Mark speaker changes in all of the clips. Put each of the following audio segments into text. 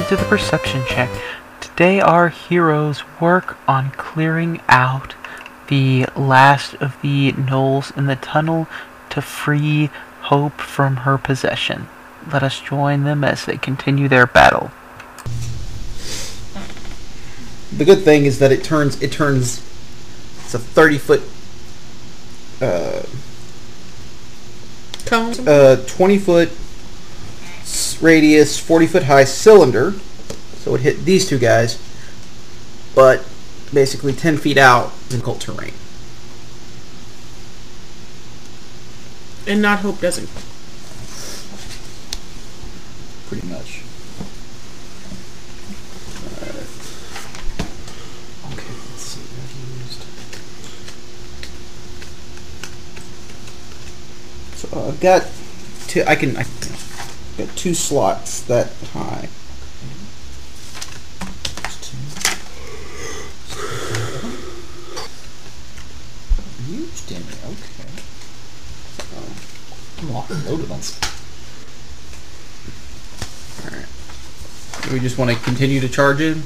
Speaker 1: perception check. Today, our heroes work on clearing out the last of the gnolls in the tunnel to free Hope from her possession. Let us join them as they continue their battle.
Speaker 2: The good thing is that it turns. It turns. It's a thirty foot. Uh,
Speaker 3: Cone.
Speaker 2: uh, 20 foot s- radius, 40 foot high cylinder. So it hit these two guys, but basically 10 feet out in cold terrain.
Speaker 3: and not hope doesn't.
Speaker 4: pretty much.
Speaker 2: Okay, let's see what I used. So uh, I've got two. I can. I, have got two slots that high.
Speaker 4: Huge damage. Okay. I'm off loaded on stuff.
Speaker 2: Do we just want to continue to charge in?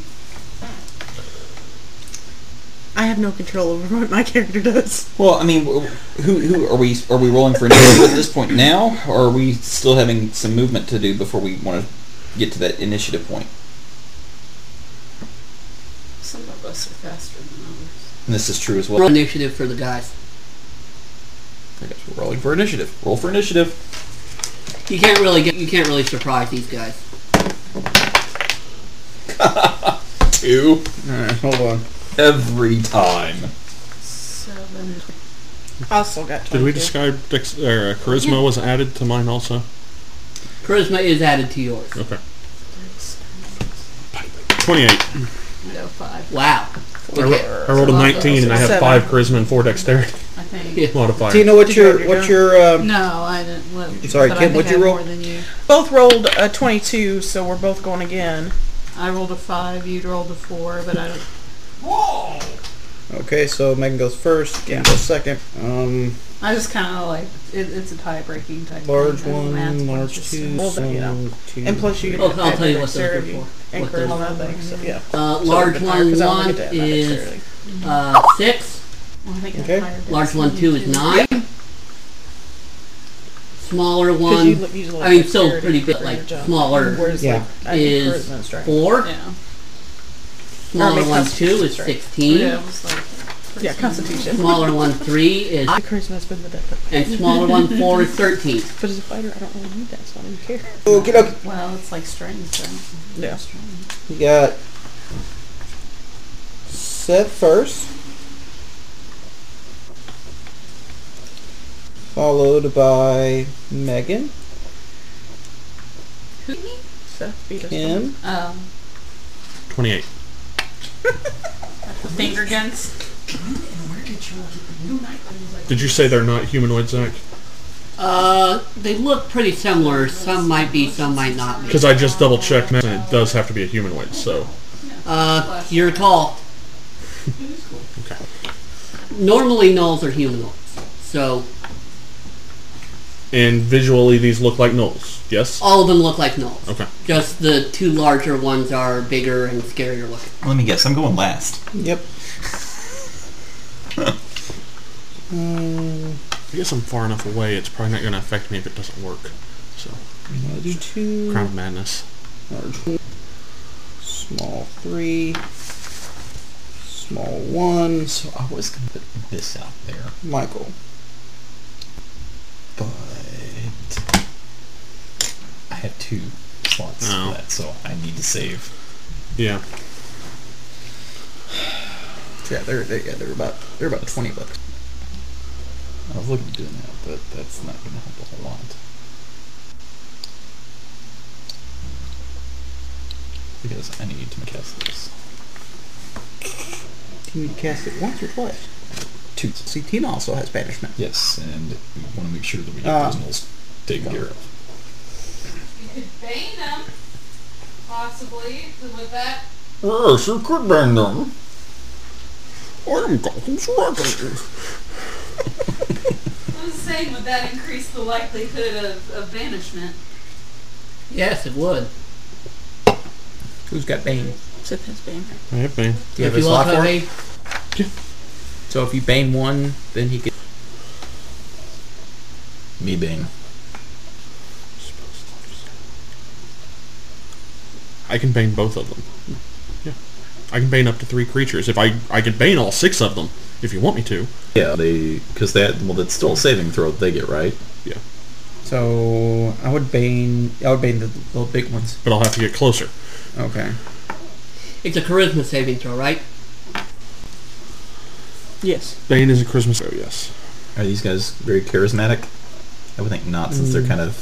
Speaker 3: I have no control over what my character does.
Speaker 4: Well, I mean, w- who who are we? Are we rolling for initiative at this point now, or are we still having some movement to do before we want to get to that initiative point?
Speaker 5: Some of us are faster than others.
Speaker 4: And this is true as well.
Speaker 5: Roll initiative for the guys.
Speaker 4: I guess we're rolling for initiative. Roll for initiative.
Speaker 5: You can't really get. You can't really surprise these guys.
Speaker 4: Two
Speaker 2: Alright, hold on.
Speaker 4: every time.
Speaker 5: Seven.
Speaker 3: I still got.
Speaker 6: Did
Speaker 3: 22.
Speaker 6: we describe dex- or, uh, charisma was added to mine also?
Speaker 5: Charisma is added to yours.
Speaker 6: Okay. 28.
Speaker 5: No five. Wow. Okay.
Speaker 6: I rolled a 19 and I have
Speaker 3: Seven.
Speaker 6: 5 charisma and 4 dexterity
Speaker 7: I think.
Speaker 5: Yeah.
Speaker 6: modifier.
Speaker 2: Do you know what
Speaker 3: Did you
Speaker 2: your
Speaker 3: already
Speaker 2: what's
Speaker 3: go?
Speaker 2: your um,
Speaker 7: No, I didn't. Well,
Speaker 2: Sorry,
Speaker 7: but I
Speaker 2: Kim, what'd
Speaker 7: think
Speaker 2: you
Speaker 7: I
Speaker 2: roll?
Speaker 7: have More than you.
Speaker 3: Both rolled a 22, so we're both going again.
Speaker 7: I rolled a five. You rolled a four, but I don't.
Speaker 2: Okay, so Megan goes first, Kim goes second. Um,
Speaker 7: I just kind of like it, it's a tie breaking type.
Speaker 2: large
Speaker 7: thing. I mean, that's
Speaker 2: one,
Speaker 7: what
Speaker 2: large
Speaker 7: just-
Speaker 2: two,
Speaker 3: Well, then, you know.
Speaker 2: small two.
Speaker 3: And plus you
Speaker 5: Well, I'll tell you what those are
Speaker 3: dexterity
Speaker 5: for.
Speaker 3: and
Speaker 5: What those
Speaker 3: charisma, I think. So, yeah.
Speaker 5: Uh,
Speaker 3: So
Speaker 5: large
Speaker 3: it'd be higher,
Speaker 5: one
Speaker 3: 'cause I
Speaker 5: one
Speaker 3: only get to add my
Speaker 5: is
Speaker 3: dexterity.
Speaker 5: uh, six.
Speaker 7: Well, I think it's
Speaker 2: Okay.
Speaker 7: higher
Speaker 5: Large one
Speaker 7: density
Speaker 5: two is
Speaker 7: too.
Speaker 5: nine. Smaller
Speaker 3: 'Cause you
Speaker 5: one.
Speaker 3: l- use a little
Speaker 5: I mean, still
Speaker 3: dexterity
Speaker 5: pretty big,
Speaker 3: for
Speaker 5: like
Speaker 3: your job.
Speaker 5: smaller.
Speaker 3: Whereas,
Speaker 2: Yeah.
Speaker 3: like, I need
Speaker 5: is
Speaker 3: charisma and strength.
Speaker 5: Four.
Speaker 7: Yeah.
Speaker 5: Smaller
Speaker 3: makes
Speaker 5: one
Speaker 3: sense.
Speaker 5: two is
Speaker 3: Sorry.
Speaker 7: Yeah,
Speaker 5: sixteen.
Speaker 7: it was like
Speaker 3: Yeah, Constitution.
Speaker 5: Smaller one three is
Speaker 3: My charisma's been the death.
Speaker 5: and smaller one four is thirteen.
Speaker 3: But as a fighter, I don't really need that, so I don't care.
Speaker 2: Okay, okay.
Speaker 7: well, it's like strings. So.
Speaker 3: Yeah.
Speaker 2: You got Seth first, followed by Megan,
Speaker 3: Seth beat us.
Speaker 2: Kim,
Speaker 7: Um,
Speaker 6: 28.
Speaker 7: finger guns.
Speaker 6: Did you say they're not humanoid, Zach?
Speaker 5: Uh, they look pretty similar. Some might be, some might not be.
Speaker 6: Because I just double checked and it does have to be a humanoid, so.
Speaker 5: Uh, your call.
Speaker 6: Okay.
Speaker 5: Normally, nulls are humanoids. So,
Speaker 6: And visually, these look like gnolls. Yes?
Speaker 3: Oh.
Speaker 5: all of them look like nulls.
Speaker 6: Okay.
Speaker 5: Just the two larger ones are bigger and scarier looking.
Speaker 4: Let me guess. I'm going last.
Speaker 2: Yep. um,
Speaker 6: I guess I'm far enough away, it's probably not going to affect me if it doesn't work. So,
Speaker 2: large two,
Speaker 6: Crown of
Speaker 3: Mm.
Speaker 6: Madness.
Speaker 2: large one, small three, small one.
Speaker 4: So I was going to put this out there,
Speaker 2: Michael.
Speaker 4: but I have two slots
Speaker 6: Oh.
Speaker 4: for that, so I need to save.
Speaker 6: Yeah.
Speaker 2: Yeah, they're, they're yeah they're about they're about twenty bucks.
Speaker 4: I was looking at doing that, but that's not going to help a whole lot. Because I need to cast this.
Speaker 2: Can you cast it once or twice?
Speaker 4: Two.
Speaker 2: See, Tina also has banishment.
Speaker 4: Yes, and we want to make sure that we get
Speaker 2: Ah.
Speaker 4: those nulls taken care of.
Speaker 8: You could bane them, possibly, with that.
Speaker 6: Yes, you could bang them. I am Gotham's Reckon.
Speaker 8: I was saying, would that increase the likelihood of, of banishment?
Speaker 5: Yes, it would.
Speaker 8: Who's got Bane?
Speaker 3: Zip has been.
Speaker 6: Might be.
Speaker 8: Do you have a slot for it? So if you Bane one, then he could.
Speaker 6: Me Bane. I can bane both of them. Yeah. I can bane up to three creatures. If I I can bane all six of them, if you want me to.
Speaker 4: Yeah, they because that well, that's still a saving throw that they get, right?
Speaker 8: So I would Bane. I would Bane the little big ones.
Speaker 6: But I'll have to get closer.
Speaker 8: Okay.
Speaker 5: It's a charisma saving throw, right?
Speaker 3: Yes.
Speaker 6: Bane is a Christmas. Oh yes.
Speaker 4: Are these guys very charismatic? I would think not, since they're kind of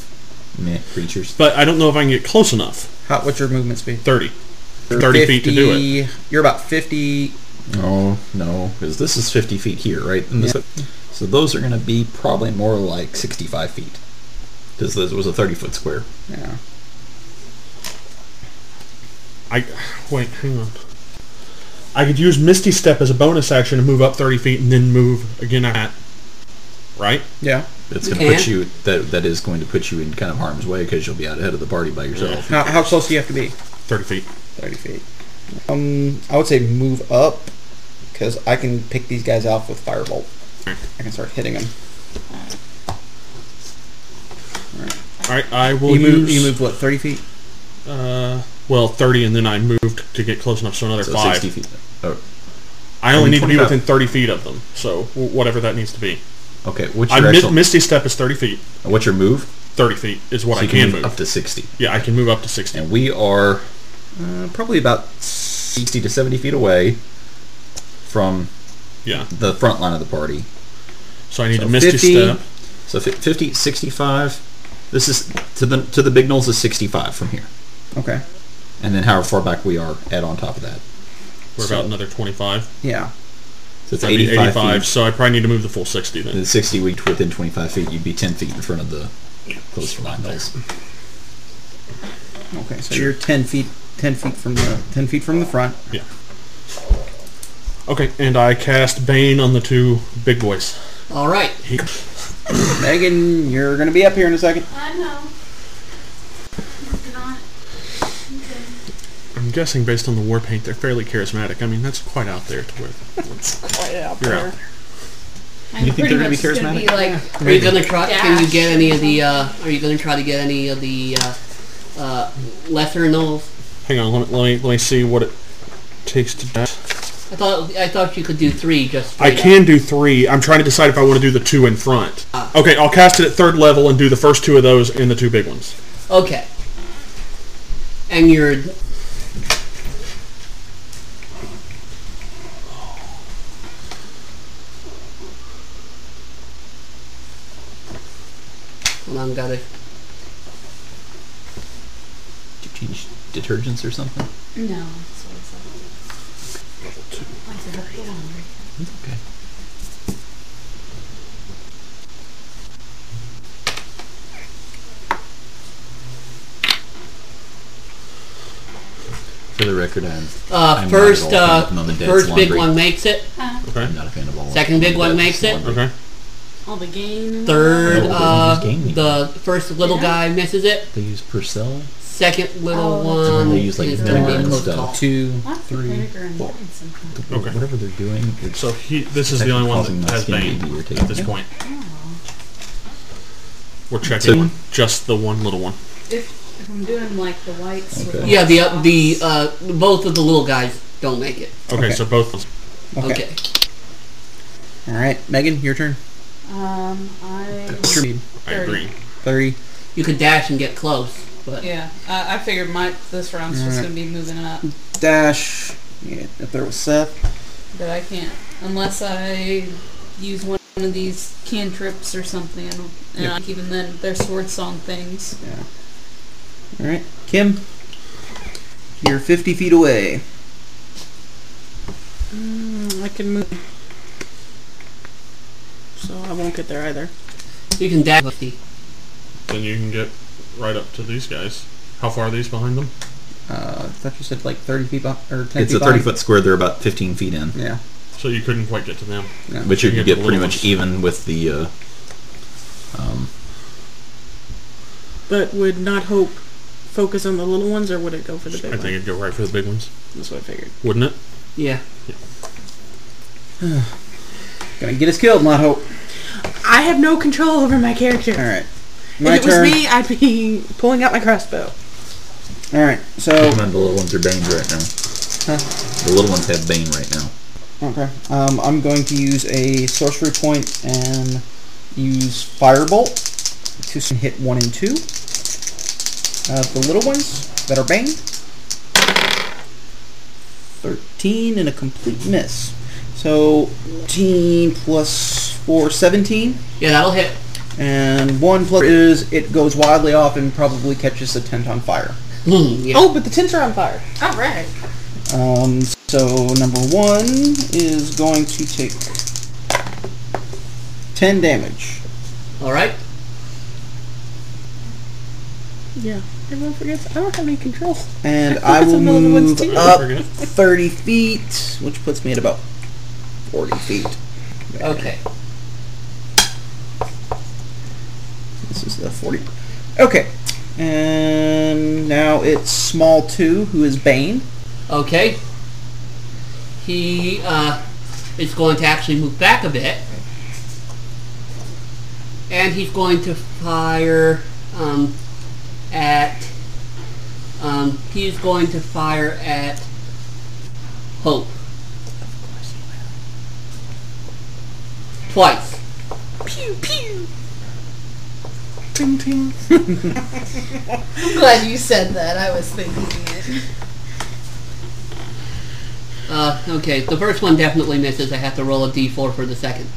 Speaker 4: meh creatures.
Speaker 6: But I don't know if I can get close enough.
Speaker 8: How, what's your movement speed?
Speaker 6: Thirty. Thirty feet to do it.
Speaker 8: 50 You're about fifty.
Speaker 4: No, no, because this is 50 feet here, right? And this- So those are going to be probably more like 65 feet, because this was a 30 foot square.
Speaker 8: Yeah.
Speaker 6: I wait, hang on. I could use Misty Step as a bonus action to move up thirty feet and then move again at right.
Speaker 8: Yeah.
Speaker 4: That's going to put
Speaker 5: And?
Speaker 4: you that that is going to put you in kind of harm's way because you'll be out ahead of the party by yourself.
Speaker 8: How, how close do you have to be?
Speaker 6: Thirty feet.
Speaker 8: 30 feet. Um, I would say move up because I can pick these guys off with firebolt. I can start hitting them.
Speaker 6: All right, I will
Speaker 8: you move.
Speaker 6: use
Speaker 8: You move what? 30 feet.
Speaker 6: uh well thirty, and then I moved to get close enough, so another
Speaker 4: So
Speaker 6: five.
Speaker 4: 60 feet. Oh,
Speaker 6: I
Speaker 4: I
Speaker 6: only
Speaker 4: mean,
Speaker 6: need to be
Speaker 4: 25.
Speaker 6: within thirty feet of them, so w- whatever that needs to be.
Speaker 4: okay, what's
Speaker 6: I
Speaker 4: your
Speaker 6: mi-
Speaker 4: actual,
Speaker 6: Misty Step is thirty feet.
Speaker 4: what's your move?
Speaker 6: Thirty feet is what
Speaker 4: So
Speaker 6: I
Speaker 4: you
Speaker 6: can, move.
Speaker 4: up to 60,
Speaker 6: yeah, I can move up to sixty.
Speaker 4: and we are uh, probably about 60 to 70 feet away from
Speaker 6: yeah,
Speaker 4: the front line of the party.
Speaker 6: so I need
Speaker 4: So
Speaker 6: to Misty
Speaker 4: 50.
Speaker 6: Step.
Speaker 4: So fi- 50, 65. This is to the to the big nulls is 65 from here,
Speaker 8: Okay.
Speaker 4: and then however far back we are, add on top of that.
Speaker 6: We're
Speaker 4: So-
Speaker 6: about another twenty-five.
Speaker 8: Yeah.
Speaker 4: So it's
Speaker 6: That'd be
Speaker 4: 85.
Speaker 6: eighty-five.
Speaker 4: feet. Mm.
Speaker 6: So I probably need to move the full sixty then.
Speaker 4: And 60 week within 25 feet, you'd be 10 feet in front of the closer line nulls.
Speaker 8: Okay. So you're 10 feet. 10 feet from the 10 feet from the front.
Speaker 6: Okay, and I cast Bane on the two big boys.
Speaker 5: All right.
Speaker 6: He-
Speaker 8: Megan, you're gonna be up here in a second.
Speaker 9: I know. It's not. Okay.
Speaker 6: I'm guessing based on the war paint, they're fairly charismatic. I mean, that's quite out there to where
Speaker 7: Quite out
Speaker 6: you're
Speaker 7: there.
Speaker 6: out.
Speaker 7: I'm
Speaker 4: You think
Speaker 7: pretty
Speaker 4: they're gonna be
Speaker 7: much just gonna be like,
Speaker 5: Are you gonna try? Can you
Speaker 7: Dash.
Speaker 5: get any of the? Uh, are you gonna try to get any of the uh, uh, lesser nulls?
Speaker 6: Hang on, let me, let me let me see what it takes to. die.
Speaker 5: I thought I thought you could do three just.
Speaker 6: I
Speaker 5: straight up.
Speaker 6: can do three. I'm trying to decide if I want to do the two in front.
Speaker 7: Ah.
Speaker 6: Okay, I'll cast it at third level and do the first two of those and the two big ones.
Speaker 5: Okay. And you're Hold on, got it.
Speaker 4: Did you change detergents or something?
Speaker 7: no. that's what it's like.
Speaker 4: Okay. For the record, I'm, I'm
Speaker 5: Uh,
Speaker 4: not at
Speaker 5: first,
Speaker 4: all
Speaker 5: uh,
Speaker 4: thinking on the dead's
Speaker 5: first big
Speaker 4: laundry.
Speaker 5: one makes it.
Speaker 4: I'm not a fan of all.
Speaker 5: Second big one
Speaker 4: that's
Speaker 5: makes it.
Speaker 4: laundry.
Speaker 6: Okay.
Speaker 7: All the gain.
Speaker 5: Third,
Speaker 4: Oh, this
Speaker 5: uh,
Speaker 4: is gaming.
Speaker 5: the first little guy misses it.
Speaker 4: They use Purcell.
Speaker 5: Second little
Speaker 7: Oh,
Speaker 5: one
Speaker 7: that's
Speaker 4: right. They use, like,
Speaker 5: is going to
Speaker 4: vinegar
Speaker 5: be a
Speaker 4: and
Speaker 5: close
Speaker 4: stuff.
Speaker 5: call.
Speaker 8: Two,
Speaker 7: Lots of
Speaker 8: three.
Speaker 7: vinegar and wine sometimes.
Speaker 6: Okay.
Speaker 4: Whatever they're doing, it's
Speaker 6: So he, this is the only one that has Bane at this point. We're checking just the one little one.
Speaker 7: If, if I'm doing like the whites. with
Speaker 4: Okay.
Speaker 7: the
Speaker 5: Yeah, the uh,
Speaker 7: sauce,
Speaker 5: the uh, both of the little guys don't make it.
Speaker 6: Okay,
Speaker 8: Okay.
Speaker 6: so both.
Speaker 8: Okay.
Speaker 5: Okay.
Speaker 8: All right, Megan, your turn.
Speaker 7: Um, I.
Speaker 8: What's your speed?
Speaker 6: I agree.
Speaker 8: 30.
Speaker 5: You could dash and get close, but
Speaker 7: Yeah, I I figured my this round's just gonna be moving up,
Speaker 8: Dash. Yeah, up there with Seth.
Speaker 7: but I can't unless I use one of these cantrips or something. And
Speaker 8: Yeah.
Speaker 7: I, even then, they're sword song things.
Speaker 8: Yeah. All right, Kim. You're 50 feet away.
Speaker 3: I can move. So I won't get there either.
Speaker 5: you can dash. with the-
Speaker 6: Then you can get right up to these guys. How far are these behind them?
Speaker 8: Uh, I thought you said like 30 feet behind, or 10
Speaker 4: It's
Speaker 8: feet
Speaker 4: a 30
Speaker 8: behind.
Speaker 4: foot square. They're about 15 feet in,
Speaker 8: Yeah.
Speaker 6: So you couldn't quite get to them.
Speaker 4: but you could
Speaker 6: You get
Speaker 4: get
Speaker 6: the
Speaker 4: pretty
Speaker 6: little
Speaker 4: much
Speaker 6: ones.
Speaker 4: even with the. Uh, um,
Speaker 3: But would not hope focus on the little ones, or would it go for the big
Speaker 6: I
Speaker 3: one?
Speaker 6: think it'd go right for the big ones,
Speaker 3: That's what I figured.
Speaker 6: wouldn't it?
Speaker 5: Yeah.
Speaker 8: Gonna get us killed, not hope.
Speaker 3: I have no control over my character.
Speaker 8: All right,
Speaker 3: if
Speaker 8: my
Speaker 3: it
Speaker 8: turn.
Speaker 3: was me, I'd be pulling out my crossbow.
Speaker 8: All right,
Speaker 3: Oh.
Speaker 8: so
Speaker 4: Keep in mind, the little ones are Bane right now. The little ones have Bane right now.
Speaker 8: Okay. Um, I'm going to use a sorcery point and use Firebolt to s- hit one and two of the little ones that are banged. 13 and a complete miss. So 14 plus 4, 17.
Speaker 5: Yeah, that'll hit.
Speaker 8: And 1 plus is it goes wildly off and probably catches the tent on fire.
Speaker 5: Hmm, yeah.
Speaker 3: Oh, but the tents are on fire.
Speaker 7: All right.
Speaker 8: Um, so number one is going to take 10 damage.
Speaker 5: All right.
Speaker 3: Yeah. Everyone forgets I don't have any control.
Speaker 8: And I
Speaker 3: That's
Speaker 8: will
Speaker 3: another one's
Speaker 8: move
Speaker 3: too.
Speaker 8: up
Speaker 6: Forget.
Speaker 8: 30 feet, which puts me at about 40 feet.
Speaker 5: Okay.
Speaker 8: This is the 40. Okay. And now it's Small 2, who is Bane.
Speaker 5: Okay. He uh, is going to actually move back a bit. And he's going to fire um, at. Um, he's going to fire at Hope. Twice.
Speaker 3: Pew pew.
Speaker 7: I'm glad you said that. I was thinking it.
Speaker 5: Uh, okay, the first one definitely misses. I have to roll a d4 for the second.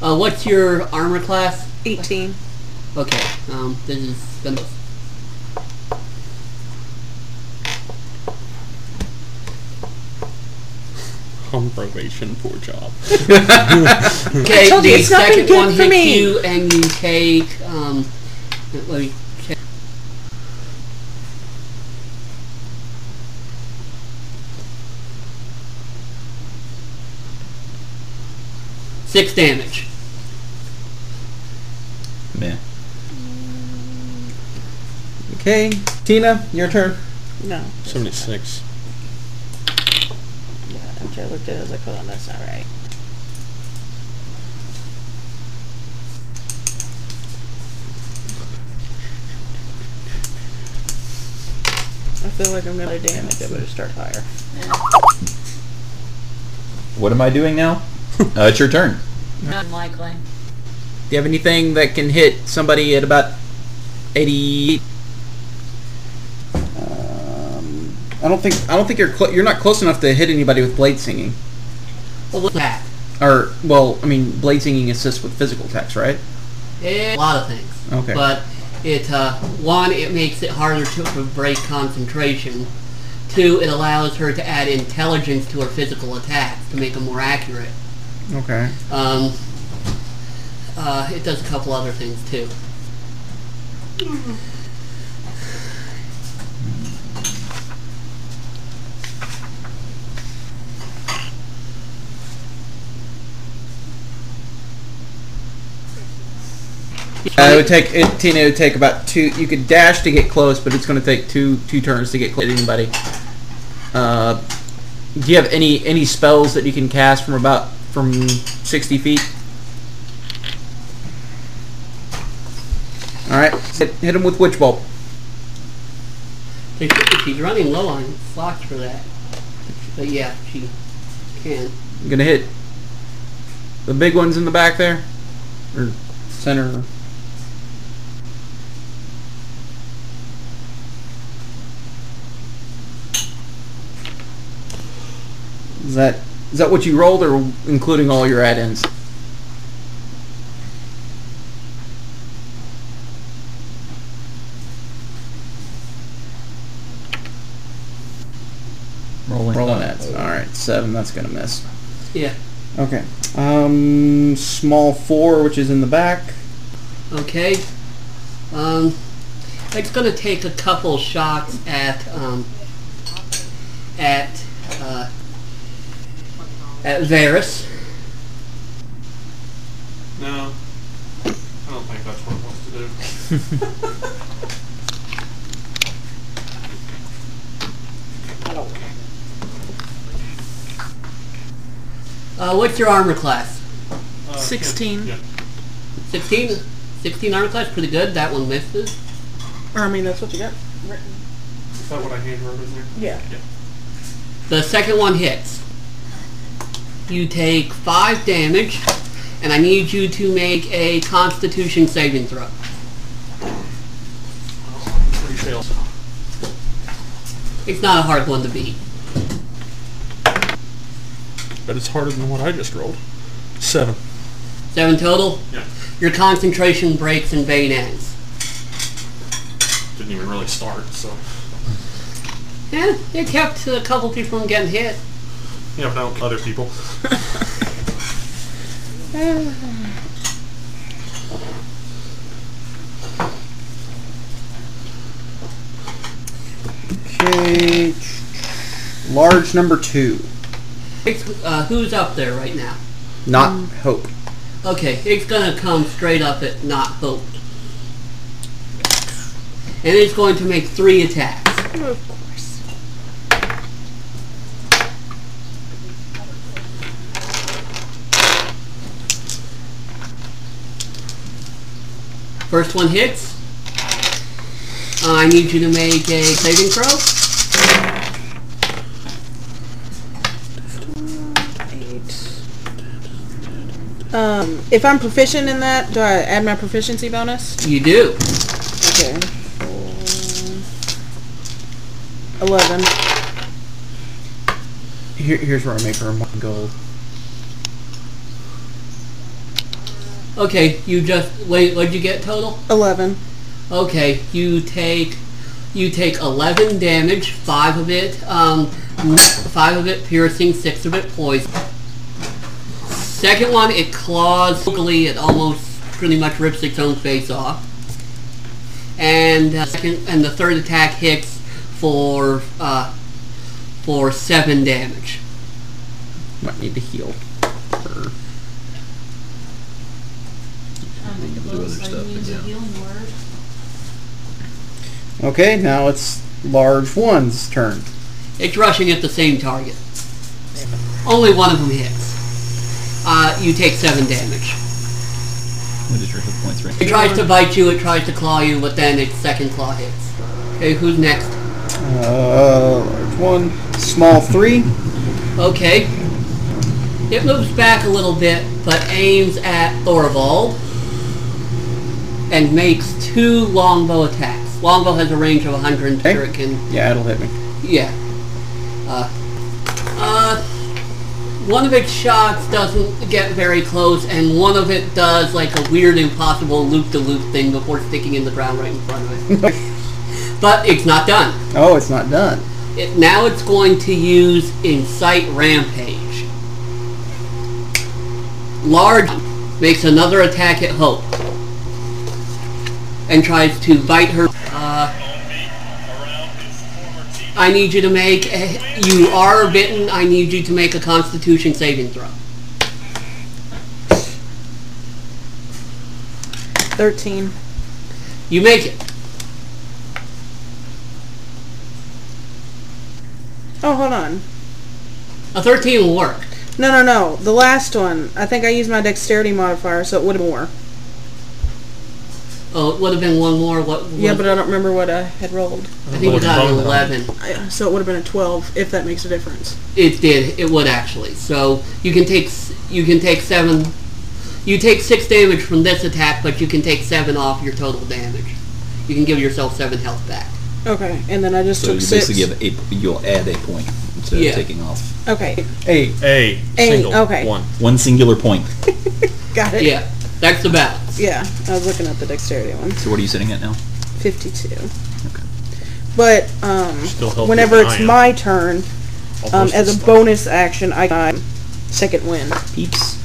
Speaker 5: Uh, what's your armor class?
Speaker 3: 18.
Speaker 5: Okay, um, this is the most.
Speaker 6: On probation, poor job.
Speaker 5: Okay,
Speaker 3: told you,
Speaker 5: the
Speaker 3: it's not been
Speaker 5: second
Speaker 3: good
Speaker 5: one
Speaker 3: for
Speaker 5: hits
Speaker 3: me.
Speaker 5: you, and you take. Um, let me check. Six damage.
Speaker 4: Meh.
Speaker 8: Okay. Tina, your turn.
Speaker 3: No.
Speaker 6: Seventy-six.
Speaker 3: Yeah, after I looked at it, I was like, hold on, that's not right. I feel like I'm gonna damage it, but it start higher.
Speaker 4: What am I doing now? uh, it's your turn.
Speaker 7: Unlikely.
Speaker 8: Do you have anything that can hit somebody at about 80? Um, I don't think I don't think you're clo- you're not close enough to hit anybody with blade singing.
Speaker 5: Well, what's that?
Speaker 8: Or well, I mean, blade singing assists with physical attacks, right?
Speaker 5: It, a lot of things.
Speaker 8: Okay.
Speaker 5: But it uh, one, it makes it harder to, to break concentration. Two, it allows her to add intelligence to her physical attacks to make them more accurate.
Speaker 8: Okay.
Speaker 5: Um, uh, it does a couple other things too.
Speaker 8: Uh, it would take it, Tina. It would take about two. You could dash to get close, but it's going to take two two turns to get close to anybody. Uh, do you have any any spells that you can cast from about from sixty feet? All right, hit, hit him with witch bolt.
Speaker 5: If if she's running low on slots for that. But yeah, she can.
Speaker 8: I'm gonna hit the big ones in the back there, or center. Is that is that what you rolled, or including all your add-ins?
Speaker 4: Rolling.
Speaker 8: Rolling that. All right, seven. That's gonna miss.
Speaker 5: Yeah.
Speaker 8: Okay. Um, small four, which is in the back.
Speaker 5: Okay. Um, it's gonna take a couple shots at um, at uh, at Varus.
Speaker 10: No. I don't think that's what it wants to do.
Speaker 5: Uh, what's your armor class?
Speaker 6: Uh,
Speaker 3: 16.
Speaker 6: Yeah.
Speaker 5: 16? 16 armor class, pretty good. That one misses.
Speaker 3: Or, I mean, that's what you got written.
Speaker 6: Is that what I hand wrote in there?
Speaker 3: Yeah.
Speaker 5: The second one hits. You take 5 damage, and I need you to make a constitution saving throw.
Speaker 6: Three fails.
Speaker 5: It's not a hard one to beat.
Speaker 6: But it's harder than what I just rolled. Seven.
Speaker 5: Seven total?
Speaker 6: Yeah.
Speaker 5: Your concentration breaks and vein ends.
Speaker 6: Didn't even really start, so.
Speaker 5: Yeah, it kept a couple people from getting hit.
Speaker 6: Yeah, but I don't kill other people.
Speaker 8: Okay. Large number two.
Speaker 5: It's, uh, who's up there right now?
Speaker 8: Not hope.
Speaker 5: Okay, it's gonna come straight up at not hope. And it's going to make three attacks.
Speaker 3: Of course.
Speaker 5: First one hits. Uh, I need you to make a saving throw.
Speaker 3: Eight. Um, if I'm proficient in that, do I add my proficiency bonus?
Speaker 5: You do.
Speaker 3: Okay. Eleven.
Speaker 8: Here, here's where I make her one gold.
Speaker 5: Okay, you just wait. What'd you get total?
Speaker 3: Eleven.
Speaker 5: Okay, you take you take eleven damage, five of it um, five of it piercing, six of it poison. Second one, it claws ugly. It almost pretty much rips its own face off. And uh, second, and the third attack hits for uh, for seven damage.
Speaker 8: Might need to heal. Her.
Speaker 9: Um, it
Speaker 4: Do
Speaker 9: looks
Speaker 4: other
Speaker 9: like
Speaker 4: stuff,
Speaker 9: we need to
Speaker 4: yeah.
Speaker 9: heal more.
Speaker 8: Okay, now it's large one's turn.
Speaker 5: It's rushing at the same target. Only one of them hits. Uh, you take seven damage.
Speaker 4: What is your hit points range?
Speaker 5: It tries to bite you, it tries to claw you, but then its second claw hits. Okay, who's next?
Speaker 8: Uh, large one, small three.
Speaker 5: Okay. It moves back a little bit, but aims at Thorvald and makes two longbow attacks. Longbow has a range of 100
Speaker 8: Okay.
Speaker 5: shuriken.
Speaker 8: Yeah, it'll hit me.
Speaker 5: Yeah. Uh, uh, one of its shots doesn't get very close, and one of it does like a weird, impossible loop-de-loop thing before sticking in the ground right in front of it. but it's not done.
Speaker 8: Oh, it's not done.
Speaker 5: It, now it's going to use Incite Rampage. Large makes another attack at Hope and tries to bite her. Uh, I need you to make. A, you are bitten. I need you to make a Constitution saving throw.
Speaker 3: Thirteen.
Speaker 5: You make it.
Speaker 3: Oh, hold on.
Speaker 5: A 13 will work.
Speaker 3: No, no, no. The last one. I think I used my dexterity modifier, so it would have more.
Speaker 5: Oh, it would have been one more. What?
Speaker 3: Yeah,
Speaker 5: what-
Speaker 3: but I don't remember what I had rolled.
Speaker 5: I think it got an 11.
Speaker 3: I, so it would have been a twelve, if that makes a difference.
Speaker 5: It did. It would actually. So you can take s- you can take seven. You take six damage from this attack, but you can take seven off your total damage. You can give yourself seven health back.
Speaker 3: Okay, and then I just
Speaker 4: So you
Speaker 3: took six.
Speaker 4: basically give a, you'll add a point instead
Speaker 5: Yeah.
Speaker 4: of taking off.
Speaker 3: Okay,
Speaker 8: Eight.
Speaker 6: A.
Speaker 3: Eight,
Speaker 6: Single.
Speaker 3: okay.
Speaker 6: One.
Speaker 4: One singular point.
Speaker 3: got it.
Speaker 5: Yeah, that's the balance.
Speaker 3: Yeah, I was looking at the dexterity one.
Speaker 4: So what are you sitting at now?
Speaker 3: 52. But um,
Speaker 6: Still healthier
Speaker 3: whenever
Speaker 6: than
Speaker 3: it's
Speaker 6: I am.
Speaker 3: my turn, um,
Speaker 6: Almost
Speaker 3: as a
Speaker 6: as long.
Speaker 3: bonus action, I got second wind.
Speaker 4: Peeps.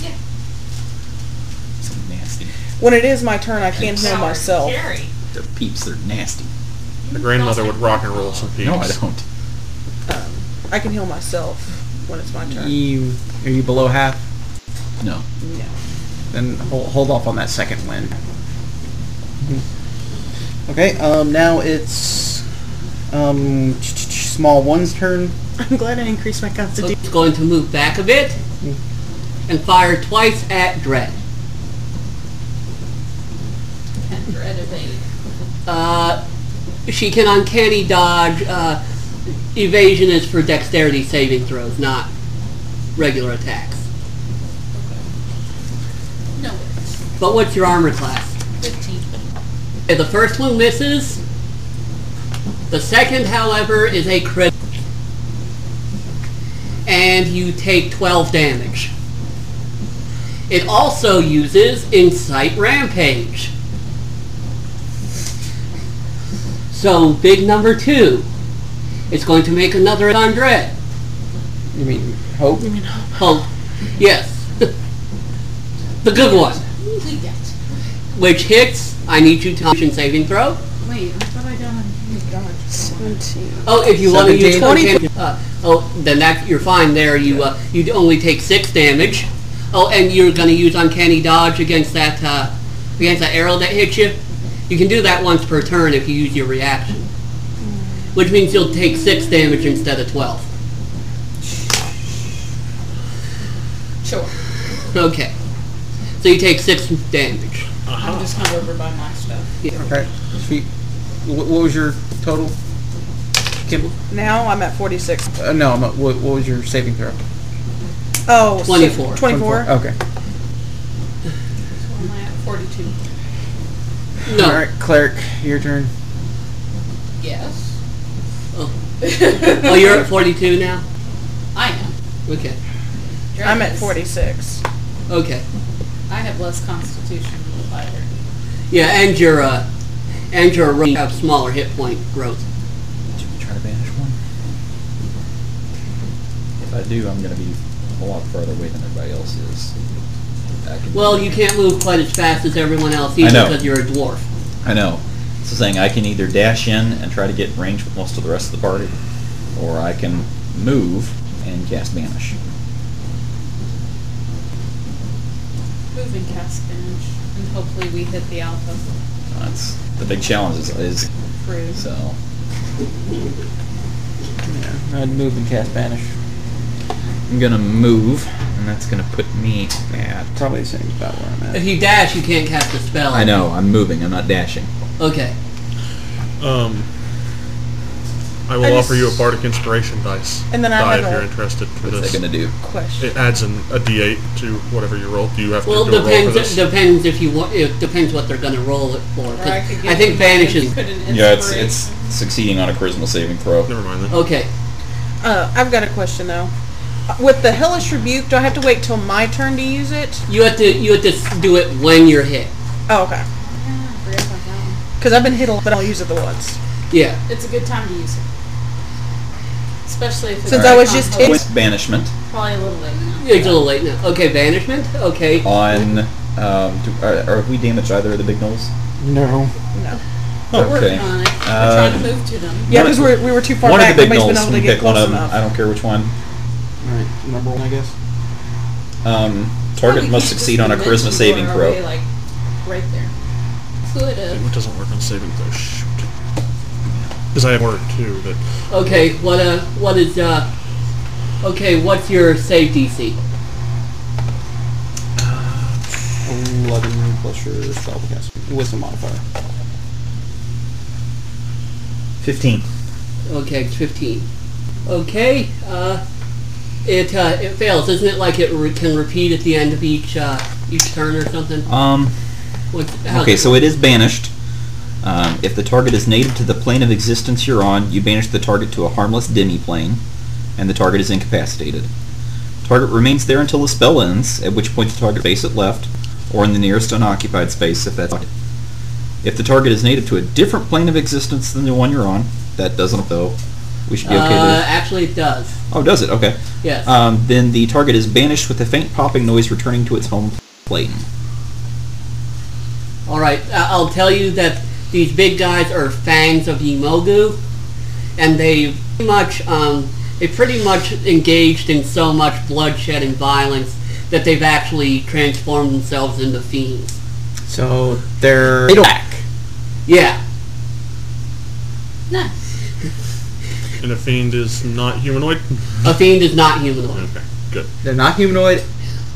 Speaker 9: Yeah.
Speaker 4: So nasty.
Speaker 3: When it is my turn, I can't heal
Speaker 9: Sour
Speaker 3: myself.
Speaker 9: Cherry.
Speaker 4: They're peeps. They're nasty.
Speaker 6: My grandmother would rock and roll some peeps.
Speaker 4: No, I don't.
Speaker 3: I can heal myself when it's my turn.
Speaker 8: You are you below half?
Speaker 4: No.
Speaker 3: Yeah.
Speaker 8: Then hold, hold off on that second win. Okay. Um. Now it's um small one's turn.
Speaker 3: I'm glad I increased my
Speaker 5: So
Speaker 3: constitution.
Speaker 5: it's going to move back a bit and fire twice at Dread.
Speaker 7: At dread of eight.
Speaker 5: Uh, she can uncanny dodge. Uh, evasion is for dexterity saving throws, not regular attacks.
Speaker 7: No worries.
Speaker 5: But what's your armor class?
Speaker 7: Fifteen.
Speaker 5: Okay, the first one misses. The second, however, is a crit. And you take 12 damage. It also uses Incite Rampage. So, big number two. It's going to make another on Dread.
Speaker 8: You mean hope?
Speaker 5: Hope. Yes. the good one.
Speaker 7: Yes.
Speaker 5: Which hits. I need you to constitution saving throw.
Speaker 7: Wait, I thought I done. Oh my god.
Speaker 3: Seventeen.
Speaker 5: Oh, if you want to use
Speaker 3: 17.
Speaker 5: uncanny- uh, oh, then that you're fine there. You uh, you only take six damage. Oh, and you're gonna use uncanny dodge against that uh, against that arrow that hits you. You can do that once per turn if you use your reaction, which means you'll take six damage instead of twelve.
Speaker 7: Sure.
Speaker 5: Okay, so you take six damage.
Speaker 7: I'm just hung over by my stuff.
Speaker 8: Okay. Sweet. What, what was your total? Kimball?
Speaker 3: Now I'm at 46.
Speaker 8: Uh, no, I'm at, what, what was your saving throw?
Speaker 3: Oh,
Speaker 5: 24.
Speaker 3: 24.
Speaker 8: Okay.
Speaker 7: So am I at forty-two?
Speaker 5: No,
Speaker 8: All right, cleric, your turn.
Speaker 7: Yes.
Speaker 5: Oh. oh, you're at forty-two now.
Speaker 7: I am.
Speaker 5: Okay,
Speaker 7: Dread
Speaker 3: I'm at
Speaker 7: is-
Speaker 3: 46.
Speaker 5: okay.
Speaker 7: I have less constitution than the fighter.
Speaker 5: Yeah, and your uh, and your range have smaller hit point growth.
Speaker 4: Should we try to banish one? If I do, I'm going to be a lot farther away than everybody else is. I can-
Speaker 5: Well, you can't move quite as fast as everyone else either
Speaker 4: know.
Speaker 5: because you're a dwarf.
Speaker 4: I know. It's the thing. I can either dash in and try to get in range with most of the rest of the party, or I can move and cast banish.
Speaker 7: Move and cast finish, and hopefully we hit the alpha
Speaker 4: That's the big challenge. Is, is
Speaker 7: crew.
Speaker 4: so
Speaker 8: I'd move and cast banish.
Speaker 4: I'm gonna move, and that's gonna put me at.
Speaker 8: Probably the same about where I'm at.
Speaker 5: If you dash, you can't cast a spell.
Speaker 4: I know. I'm moving. I'm not dashing.
Speaker 5: Okay.
Speaker 6: Um, I will
Speaker 3: I just-
Speaker 6: offer you a bardic inspiration dice.
Speaker 3: And then I
Speaker 6: die
Speaker 3: have
Speaker 6: if
Speaker 3: a-
Speaker 6: you're interested for
Speaker 4: What's
Speaker 6: this.
Speaker 4: that gonna do?
Speaker 3: Question.
Speaker 6: It adds an, a d8 to whatever you roll. Do you have to
Speaker 5: Well,
Speaker 6: do a roll for
Speaker 5: depends.
Speaker 6: this?
Speaker 5: depends if you want. It depends what they're going to roll it for. 'cause
Speaker 7: Or I could get-
Speaker 5: think vanish is
Speaker 7: Put an
Speaker 4: Yeah, it's
Speaker 7: inspiration.
Speaker 4: it's succeeding on a charisma saving throw.
Speaker 6: Never mind then.
Speaker 5: okay.
Speaker 3: Uh, I've got a question though. Uh, With the hellish rebuke, do I have to wait till my turn to use it?
Speaker 5: You have to you have to s- do it when you're hit.
Speaker 3: Oh, okay. Because I've been hit a lot, but I'll use it the once.
Speaker 5: Yeah.
Speaker 7: It's a good time to use it. Especially if it's
Speaker 3: Since
Speaker 4: I
Speaker 3: was just
Speaker 7: it's
Speaker 4: With banishment
Speaker 7: probably a little late now.
Speaker 5: It's a little late now. Okay, banishment. Okay.
Speaker 4: on. Um, do, are, are we damaged either of the big gnolls?
Speaker 8: No.
Speaker 3: No.
Speaker 7: We're working
Speaker 4: Okay.
Speaker 7: on it.
Speaker 4: Uh,
Speaker 7: We're trying to move to them.
Speaker 3: Yeah,
Speaker 4: One of-
Speaker 3: because we were too far
Speaker 4: one of
Speaker 3: back.
Speaker 4: the big
Speaker 3: Nobody's been
Speaker 4: gnolls.
Speaker 3: able
Speaker 4: We
Speaker 3: to get
Speaker 4: pick one
Speaker 3: close
Speaker 4: of them. I
Speaker 3: enough.
Speaker 4: don't care which one.
Speaker 8: All right, number one, I guess.
Speaker 4: Um, target
Speaker 7: We
Speaker 4: must
Speaker 7: can't just
Speaker 4: succeed on a
Speaker 7: admit
Speaker 4: charisma
Speaker 7: you
Speaker 4: saving
Speaker 7: are
Speaker 4: throw.
Speaker 7: already, Like, right there. Could've.
Speaker 6: It doesn't work on saving throw. Shoot. Because I have word too. That
Speaker 5: Okay. What uh what is uh okay what's your save DC?
Speaker 8: 11 plus your spell casting. Wisdom modifier.
Speaker 4: Fifteen.
Speaker 5: Okay, it's 15. Okay, uh, it uh, it fails, isn't it? Like it re- can repeat at the end of each uh, each turn or something.
Speaker 4: Um.
Speaker 5: What's, how's
Speaker 4: Okay,
Speaker 5: it-
Speaker 4: so it is banished. Um, if the target is native to the plane of existence you're on, you banish the target to a harmless demi-plane, and the target is incapacitated. Target remains there until the spell ends, at which point the target space it left, or in the nearest unoccupied space if that's If the target is native to a different plane of existence than the one you're on, that doesn't though. We should be okay
Speaker 5: uh,
Speaker 4: there.
Speaker 5: actually, it does.
Speaker 4: Oh, does it? Okay.
Speaker 5: Yes.
Speaker 4: Um, then the target is banished with a faint popping noise returning to its home plane.
Speaker 5: All right, I- I'll tell you that these big guys are fangs of Yimogu, and they pretty much um, they pretty much engaged in so much bloodshed and violence that they've actually transformed themselves into fiends.
Speaker 8: So they're
Speaker 4: They don't-
Speaker 8: back.
Speaker 5: Yeah.
Speaker 7: Nice.
Speaker 6: and a fiend is not humanoid.
Speaker 5: A fiend is not humanoid.
Speaker 6: Okay. Good.
Speaker 8: They're not humanoid,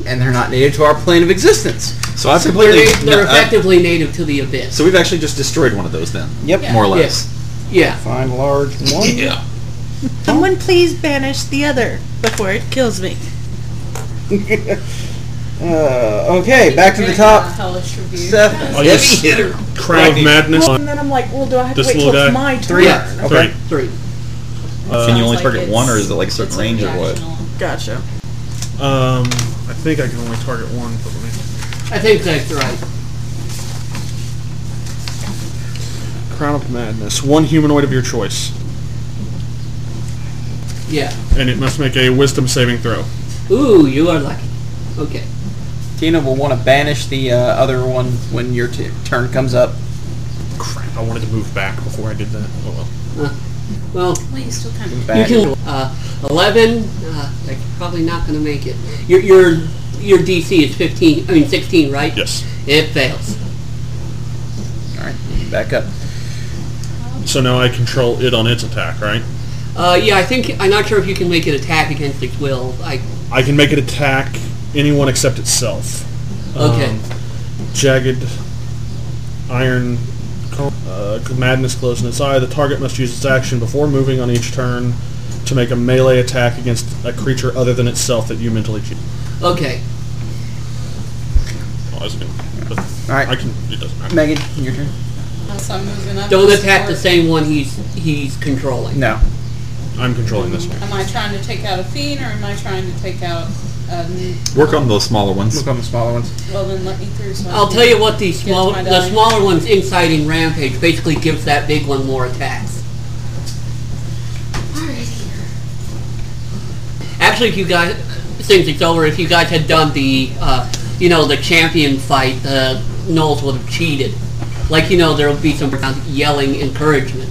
Speaker 8: and they're not native to our plane of existence.
Speaker 4: So I've
Speaker 5: They're,
Speaker 4: completely.
Speaker 5: na- they're
Speaker 4: no, I-
Speaker 5: effectively native to the abyss.
Speaker 4: so we've actually just destroyed one of those then.
Speaker 2: Yep.
Speaker 4: More or less.
Speaker 5: Yeah.
Speaker 2: Find large one.
Speaker 4: Yeah.
Speaker 3: Someone please banish the other before it kills me.
Speaker 8: Uh, okay, back to the
Speaker 7: Right, uh,
Speaker 8: top.
Speaker 7: Hellish review.
Speaker 8: Seth,
Speaker 6: All you see-
Speaker 4: Hit her.
Speaker 6: Crown of Madness.
Speaker 3: Well, and then I'm like, well, do I have
Speaker 6: This
Speaker 3: to wait
Speaker 6: little
Speaker 3: till it's
Speaker 6: guy.
Speaker 3: my turn?
Speaker 5: Yeah.
Speaker 6: Three.
Speaker 8: okay.
Speaker 5: Three.
Speaker 6: Uh,
Speaker 4: Can you
Speaker 7: Sounds
Speaker 4: only
Speaker 7: like
Speaker 4: target one, or
Speaker 7: it's-
Speaker 4: is it like a certain
Speaker 7: it's
Speaker 4: range or what?
Speaker 7: reactional.
Speaker 3: Gotcha.
Speaker 6: Um, I think I can only target one, but let me.
Speaker 5: I think that's right.
Speaker 6: Crown of Madness. One humanoid of your choice,
Speaker 5: Yeah.
Speaker 6: and it must make a Wisdom saving throw.
Speaker 5: Ooh, you are lucky. Okay.
Speaker 8: Tina will want to banish the uh, other one when your t- turn comes up.
Speaker 6: Crap! I wanted to move back before I did that. Oh well.
Speaker 5: Well,
Speaker 7: Well, you still kind of.
Speaker 8: Back.
Speaker 5: You can uh, eleven. Uh, like probably not going to make it. Your your your DC is fifteen. I mean sixteen, right?
Speaker 6: Yes.
Speaker 5: It fails.
Speaker 8: All right, back up.
Speaker 6: So now I control it on its attack, right?
Speaker 5: Uh, yeah, I think I'm not sure if you can make it attack against its will. I
Speaker 6: I can make it attack anyone except itself.
Speaker 5: okay.
Speaker 6: Um, jagged iron co- uh, madness glows in its eye. The target must use its action before moving on each turn to make a melee attack against a creature other than itself that you mentally choose.
Speaker 5: okay.
Speaker 6: Oh, I was gonna, but
Speaker 8: All right.
Speaker 6: I can. It doesn't matter.
Speaker 8: Megan, your turn.
Speaker 7: Uh, so I'm moving up.
Speaker 5: Don't
Speaker 7: to
Speaker 5: attack the
Speaker 7: support.
Speaker 5: same one he's he's controlling.
Speaker 8: No,
Speaker 6: I'm controlling this one.
Speaker 7: Am I trying to take out a fiend or am I trying to take out? Um,
Speaker 4: Work on those smaller ones.
Speaker 8: look on the smaller ones.
Speaker 7: well, then let me through. So I
Speaker 5: I'll
Speaker 7: can-
Speaker 5: tell you what the small
Speaker 7: my
Speaker 5: the
Speaker 7: die.
Speaker 5: smaller one's inciting rampage basically gives that big one more attacks. Actually, if you guys since it's over, if you guys had done the uh, you know the champion fight, the Knowles would have cheated. Like you know, there'll be some yelling encouragement.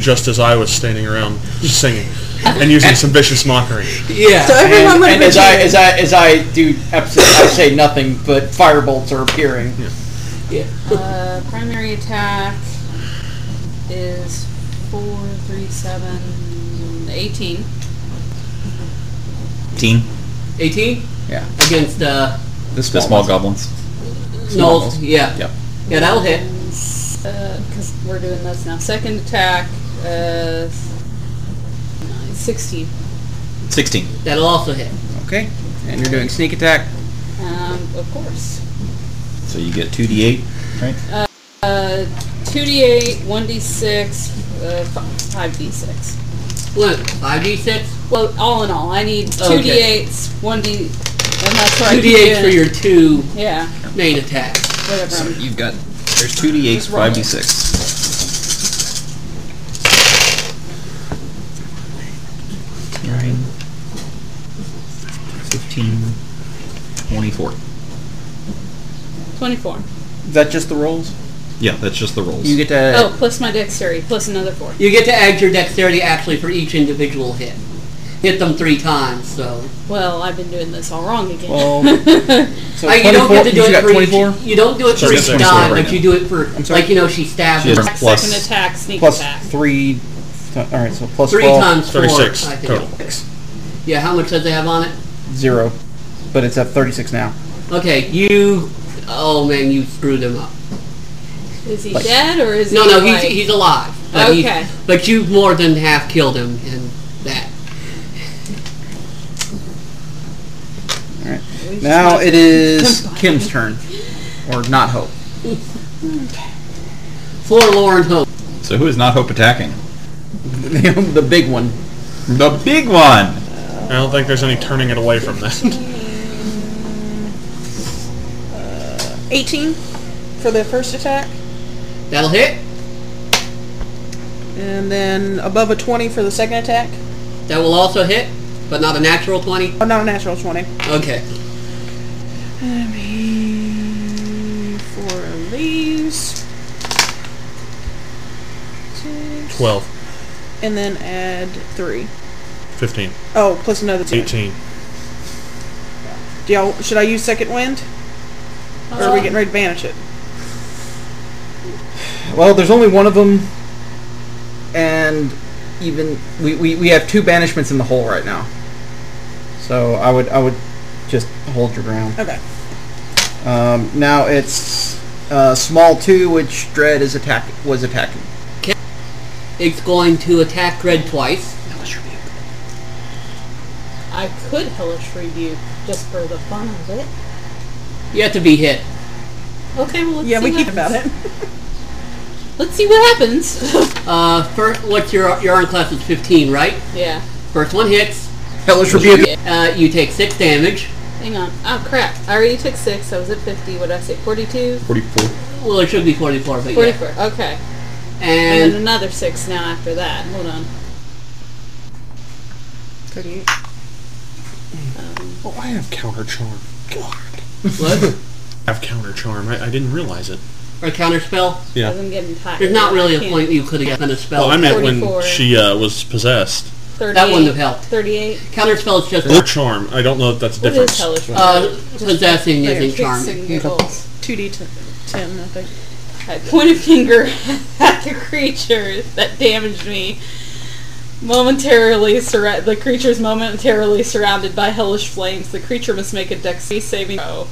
Speaker 6: Just as I was standing around singing and using some vicious mockery.
Speaker 5: Yeah.
Speaker 3: So everyone
Speaker 8: And,
Speaker 3: would have
Speaker 8: and
Speaker 3: been
Speaker 8: as I as I as I do, episode, I say nothing, but firebolts are appearing.
Speaker 7: Uh, primary attack is four, three, seven, eighteen.
Speaker 4: 18.
Speaker 5: 18
Speaker 8: Yeah,
Speaker 5: against uh,
Speaker 8: the
Speaker 4: The
Speaker 8: small,
Speaker 4: small
Speaker 8: ones.
Speaker 4: goblins.
Speaker 8: Small
Speaker 5: Knowles.
Speaker 8: Knowles.
Speaker 5: Yeah.
Speaker 4: Yep.
Speaker 5: Yeah, that'll hit.
Speaker 7: Because Uh, we're doing those now. Second attack, uh, nine, sixteen.
Speaker 4: 16.
Speaker 5: That'll also hit.
Speaker 8: Okay, and you're doing sneak attack.
Speaker 7: Um, of course.
Speaker 4: So you get 2d8.
Speaker 7: Uh, two d eight, one d six, uh, five d six.
Speaker 5: Look, 5d6.
Speaker 7: Well, all in all, I need two
Speaker 5: Okay.
Speaker 7: d eights, one d, and that's what I
Speaker 5: Two
Speaker 7: keep
Speaker 5: d8 for
Speaker 7: doing.
Speaker 5: your two
Speaker 7: yeah,
Speaker 5: main attacks.
Speaker 7: whatever.
Speaker 4: So
Speaker 7: I'm
Speaker 4: you've got. There's 2d8, 5d6. Nine, 15, 24.
Speaker 7: 24.
Speaker 8: Is that just the rolls?
Speaker 4: Yeah, that's just the rolls.
Speaker 8: You get to
Speaker 7: Oh, plus my dexterity, plus another 4.
Speaker 5: You get to add your dexterity actually for each individual hit. Hit them three times, so.
Speaker 7: Well, I've been doing this all wrong again.
Speaker 8: Well, so
Speaker 5: Uh, you don't get to do it
Speaker 8: 24 Oh, you got
Speaker 5: for
Speaker 8: 24?
Speaker 5: each. You don't do it
Speaker 4: So
Speaker 5: for each
Speaker 4: that's 24
Speaker 5: time,
Speaker 4: right
Speaker 5: but
Speaker 4: now.
Speaker 5: you do it for,
Speaker 8: sorry?
Speaker 5: like, you know, she stabbed
Speaker 4: She has
Speaker 5: him.
Speaker 4: a
Speaker 7: Plus,
Speaker 4: plus.
Speaker 7: Second attack, sneak
Speaker 8: plus
Speaker 7: attack.
Speaker 8: three. All right, so plus
Speaker 5: Three
Speaker 8: 12,
Speaker 5: times four.
Speaker 6: 36
Speaker 5: I think.
Speaker 6: total.
Speaker 5: Yeah, how much does they have on it?
Speaker 8: zero, but it's at 36 now.
Speaker 5: Okay, you. Oh man, you screwed him up.
Speaker 7: Is he dead or is
Speaker 5: No,
Speaker 7: he
Speaker 5: no,
Speaker 7: like,
Speaker 5: he's, he's alive. But he's-
Speaker 7: Okay.
Speaker 5: but you more than half killed him in that.
Speaker 8: Now it is Kim's turn, or not Hope.
Speaker 5: Forlorn hope.
Speaker 4: So who is not hope attacking?
Speaker 8: the big one.
Speaker 4: The big one!
Speaker 6: I don't think there's any turning it away from that.
Speaker 3: 18 for the first attack,
Speaker 5: That'll hit.
Speaker 3: and then above a 20 for the second attack.
Speaker 5: That will also hit, but not a natural 20.
Speaker 3: Oh, not a natural 20.
Speaker 5: Okay.
Speaker 3: Let me four of these. Six.
Speaker 6: 12,
Speaker 3: And then add three.
Speaker 6: 15,
Speaker 3: Oh, plus another two.
Speaker 6: 18.
Speaker 3: Do y'all, should I use second wind? Or
Speaker 7: Uh-huh.
Speaker 3: are we getting ready to banish it?
Speaker 8: Well, there's only one of them, and even we, we, we have two banishments in the hole right now. So I would I would just hold your ground.
Speaker 3: Okay.
Speaker 8: Um, now it's uh, small two, which Dread is attack was attacking.
Speaker 5: It's going to attack Red twice.
Speaker 7: I could hellish rebuke just for the fun of it.
Speaker 5: You have to be hit.
Speaker 7: Okay, well let's
Speaker 3: Yeah,
Speaker 7: see
Speaker 3: we
Speaker 7: what
Speaker 3: keep about
Speaker 7: happens.
Speaker 3: it.
Speaker 7: Let's see what happens.
Speaker 5: Uh, first, what's your your arm class is 15, right?
Speaker 7: yeah.
Speaker 5: First one hits.
Speaker 8: Hellish rebuke.
Speaker 5: Uh, you take six damage.
Speaker 7: Hang on. Oh crap! I already took six. I was at fifty. What did I say? Forty-two.
Speaker 2: 44.
Speaker 5: Well, it should be 44, but yeah.
Speaker 7: Forty-four. Okay. And then
Speaker 5: And
Speaker 7: another six now after that. Hold on.
Speaker 3: Thirty-eight.
Speaker 6: Oh, I have counter charm. God.
Speaker 5: what?
Speaker 6: I have counter charm. I, I didn't realize it.
Speaker 5: Or counter spell.
Speaker 6: Yeah.
Speaker 7: As I'm getting tired.
Speaker 5: There's not really a
Speaker 7: Can't.
Speaker 5: point you could have gotten a spell.
Speaker 6: Well, I meant when
Speaker 7: 44.
Speaker 6: she uh, was possessed.
Speaker 5: that wouldn't have
Speaker 7: 38.
Speaker 5: helped.
Speaker 7: Thirty-eight.
Speaker 5: Counter spell is just
Speaker 6: Or charm. I don't know if that's a
Speaker 7: What is
Speaker 6: difference.
Speaker 7: hellish?
Speaker 5: uh, possessing
Speaker 7: There,
Speaker 5: isn't
Speaker 7: kicks
Speaker 5: charming.
Speaker 7: and giggles.
Speaker 3: Two D ten, I think.
Speaker 7: I point a finger at the creature that damaged me. Momentarily surra- the creature's momentarily surrounded by hellish flames. The creature must make a dexterity saving throw.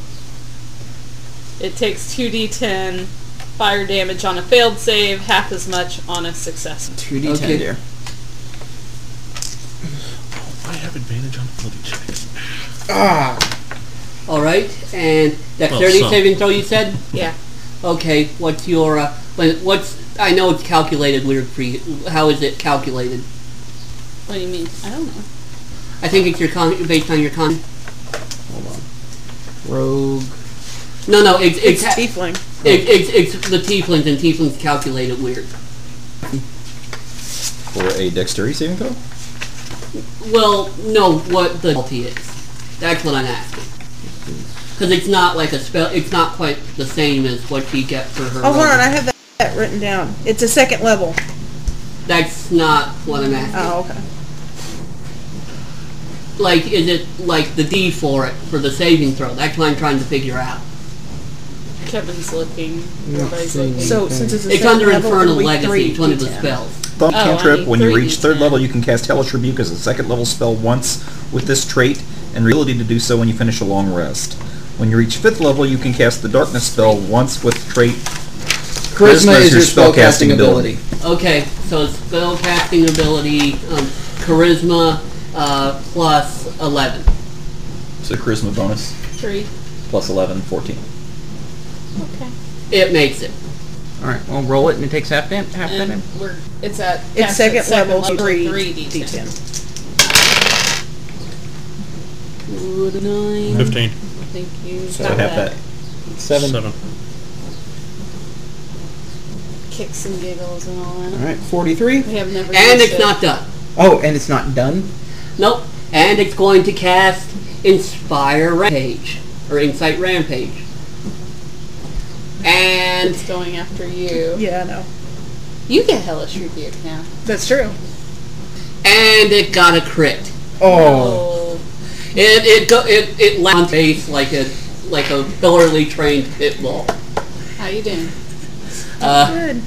Speaker 7: It takes 2d10 fire damage on a failed save, half as much on a success.
Speaker 8: Two D
Speaker 5: Okay.
Speaker 8: ten there.
Speaker 6: I have advantage on ability checks.
Speaker 5: All right. And dexterity
Speaker 6: some.
Speaker 5: saving throw. You said.
Speaker 7: Yeah.
Speaker 5: Okay. What's your uh, when- what's I know it's calculated weird for you. How is it calculated?
Speaker 7: What do you mean? I don't know.
Speaker 5: I think it's your con based on your con.
Speaker 8: Rogue.
Speaker 5: No, no, it's it's
Speaker 3: It's
Speaker 5: it's, it,
Speaker 3: tiefling.
Speaker 5: it's, it's the tieflings and tieflings calculate it weird.
Speaker 4: For a dexterity saving throw?
Speaker 5: Well, no, what the penalty is. That's what I'm asking. Because it's not like a spell. It's not quite the same as what you get for her.
Speaker 3: Oh, hold on,
Speaker 5: rogue.
Speaker 3: I have that, that written down. It's a second level.
Speaker 5: That's not what I'm asking.
Speaker 3: Oh, okay. Oh.
Speaker 5: Like, is it like the D for it for the saving throw? That's what I'm trying to figure out.
Speaker 7: Kevin's looking. Everybody's looking.
Speaker 3: So since it's a
Speaker 5: It's
Speaker 3: second
Speaker 5: under
Speaker 3: level,
Speaker 5: Infernal
Speaker 3: it'll be
Speaker 5: Legacy.
Speaker 3: three
Speaker 5: it's one of the
Speaker 3: D10.
Speaker 5: spells.
Speaker 4: Thumb
Speaker 7: Oh, I
Speaker 4: cantrip.
Speaker 7: need
Speaker 4: When you
Speaker 7: three
Speaker 4: reach third
Speaker 7: D10.
Speaker 4: level, you can cast Hellish Rebuke as a second level spell once with this trait, and the ability to do so when you finish a long rest. When you reach fifth level, you can cast the Darkness spell once with the trait.
Speaker 8: Charisma,
Speaker 4: Charisma
Speaker 8: is your
Speaker 4: spell
Speaker 8: spellcasting
Speaker 4: casting
Speaker 8: ability.
Speaker 5: Okay, so it's spell casting ability, um, charisma, uh, plus eleven.
Speaker 4: So charisma bonus
Speaker 7: Three.
Speaker 4: plus 11, 14.
Speaker 7: Okay.
Speaker 5: It makes it.
Speaker 8: All right. Well, roll it, and it takes half damage. Half
Speaker 7: And
Speaker 3: Mm.
Speaker 8: damage.
Speaker 7: we're it's at
Speaker 3: It's
Speaker 7: that's at
Speaker 3: second, level, three,
Speaker 7: D10.
Speaker 3: D10.
Speaker 7: Would a
Speaker 5: Mm.
Speaker 7: nine.
Speaker 6: Fifteen.
Speaker 7: Thank you.
Speaker 4: So I have that.
Speaker 8: Seven.
Speaker 6: Seven.
Speaker 7: Kicks and giggles and all
Speaker 8: All
Speaker 7: that.
Speaker 8: right. Forty-three.
Speaker 7: We have never.
Speaker 5: And
Speaker 7: used
Speaker 5: it's not done.
Speaker 8: Oh, and it's not done.
Speaker 5: Nope. And it's going to cast Inspire Rampage. Or Insight Rampage. And
Speaker 7: It's going after you.
Speaker 3: Yeah, I know.
Speaker 7: You get hellish rebuke now.
Speaker 3: That's true.
Speaker 5: and it got a crit.
Speaker 8: Oh.
Speaker 5: It it go, it it la- on face like a like a thoroughly trained pit bull.
Speaker 7: How you doing?
Speaker 5: Uh,
Speaker 3: Good.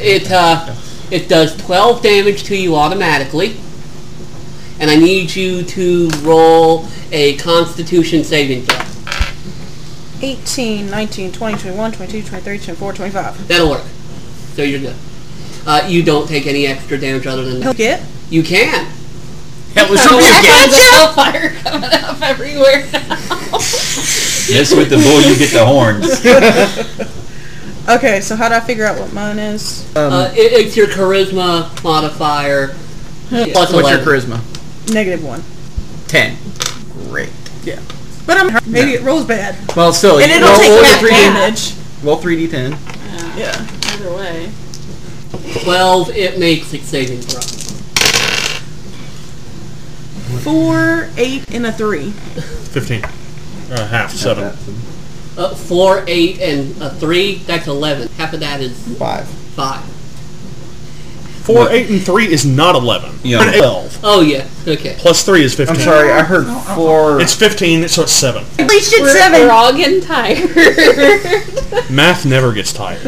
Speaker 5: it uh, it does twelve damage to you automatically, and I need you to roll a Constitution saving throw.
Speaker 3: 18, 19, 20, 21, 22, 23, 24, 25.
Speaker 5: That'll work. So you're good. Uh, you don't take any extra damage other than
Speaker 3: He'll
Speaker 5: that.
Speaker 3: get.
Speaker 5: You can.
Speaker 8: Hellish
Speaker 5: So
Speaker 8: rebuke.
Speaker 7: There's a hellfire coming up everywhere now.
Speaker 4: Mess with the bull, you get the horns.
Speaker 3: Okay, so how do I figure out what mine is?
Speaker 5: Uh, it, it's your charisma modifier plus
Speaker 8: What's your
Speaker 5: 11.
Speaker 8: charisma?
Speaker 3: Negative one.
Speaker 8: Ten. Great. Yeah.
Speaker 3: But I'm maybe it rolls bad.
Speaker 8: Well, still,
Speaker 3: And
Speaker 8: you
Speaker 3: it'll
Speaker 8: roll,
Speaker 3: take
Speaker 8: roll your
Speaker 3: half
Speaker 8: three D-
Speaker 3: damage.
Speaker 8: Roll three D ten.
Speaker 3: Yeah.
Speaker 7: Either way.
Speaker 5: 12, it makes a saving throw.
Speaker 3: Four, eight, and a three.
Speaker 6: Fifteen. Uh, half. Seven.
Speaker 5: Uh, 4, 8, and a 3, that's 11. Half of that is
Speaker 8: Five.
Speaker 5: 5.
Speaker 6: Four, eight, and three is not eleven.
Speaker 4: Yeah.
Speaker 6: Twelve.
Speaker 5: Oh, yeah. Okay.
Speaker 6: Plus three is
Speaker 8: I'm
Speaker 6: fifteen.
Speaker 8: sorry, I heard four.
Speaker 6: It's fifteen, so it's seven.
Speaker 3: At least it's
Speaker 7: We're, we're
Speaker 3: seven.
Speaker 7: all getting tired.
Speaker 6: Math never gets tired.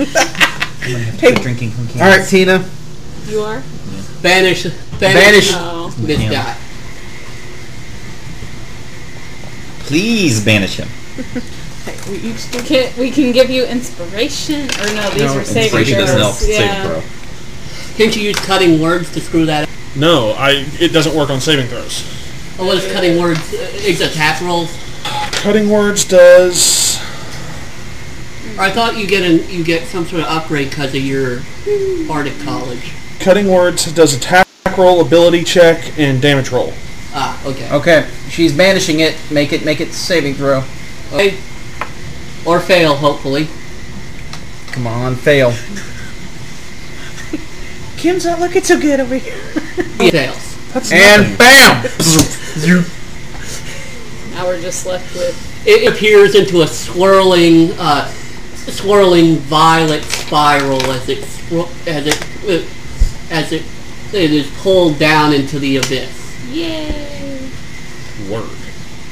Speaker 4: Drinking from
Speaker 8: all right, Tina.
Speaker 7: you are?
Speaker 5: Banish. Banish.
Speaker 8: Banish.
Speaker 7: Oh.
Speaker 5: This guy.
Speaker 4: Please banish him.
Speaker 3: We each
Speaker 7: We can, we can give you inspiration. Or no, these were saving
Speaker 4: Inspiration doesn't help.
Speaker 7: throws.
Speaker 4: Save
Speaker 7: Yeah.
Speaker 4: throw.
Speaker 5: Can't you use cutting words to screw that up?
Speaker 6: No, I. It doesn't work on saving throws.
Speaker 5: Or what is cutting words? uh, It's attack rolls.
Speaker 6: Cutting words does.
Speaker 5: Or I thought you get an you get some sort of upgrade because of your Arctic college.
Speaker 6: Cutting words does attack roll, ability check, and damage roll.
Speaker 5: Ah, okay.
Speaker 8: Okay, she's banishing it. Make it make it saving throw.
Speaker 5: Okay. Or fail, hopefully.
Speaker 8: Come on, fail.
Speaker 3: Kim's not looking so good over here.
Speaker 5: Fails.
Speaker 8: And bam!
Speaker 7: Now we're just left with
Speaker 5: It appears into a swirling, uh, swirling violet spiral as it swir- as it uh, as it it is pulled down into the abyss.
Speaker 7: yay
Speaker 6: Word.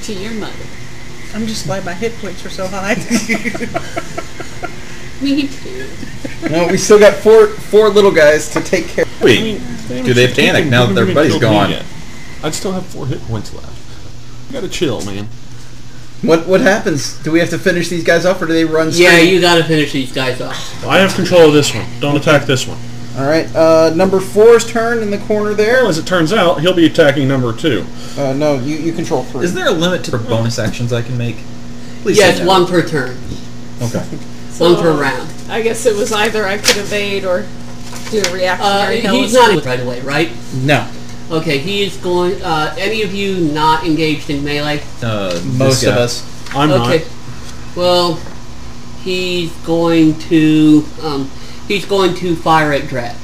Speaker 7: to your mother.
Speaker 3: I'm just glad my hit points were so high.
Speaker 7: Me too.
Speaker 8: no, we still got four four little guys to take care. of.
Speaker 4: Wait, do they have panic now that their buddy's gone?
Speaker 6: I'd still have four hit points left. You gotta chill, man.
Speaker 8: What what happens? Do we have to finish these guys off, or do they run? Straight?
Speaker 5: Yeah, you gotta finish these guys off.
Speaker 6: I have control of this one. Don't attack this one.
Speaker 8: All right. Uh, number four's turn in the corner there.
Speaker 6: Well, as it turns out, he'll be attacking number two.
Speaker 8: Uh, no, you you control three.
Speaker 4: Is there a limit to for bonus actions I can make? Please
Speaker 5: Yes,
Speaker 4: say no.
Speaker 5: one per turn,
Speaker 4: Okay.
Speaker 5: one per round.
Speaker 7: I guess it was either I could evade or do a
Speaker 5: Uh,
Speaker 7: reactionary.
Speaker 5: he's not right away, right?
Speaker 8: No.
Speaker 5: Okay, he is going. Uh, any of you not engaged in melee?
Speaker 4: Uh, this
Speaker 8: Most of
Speaker 4: guy.
Speaker 8: us.
Speaker 6: I'm
Speaker 5: okay.
Speaker 6: not.
Speaker 5: Well, he's going to um, he's going to fire at Dread.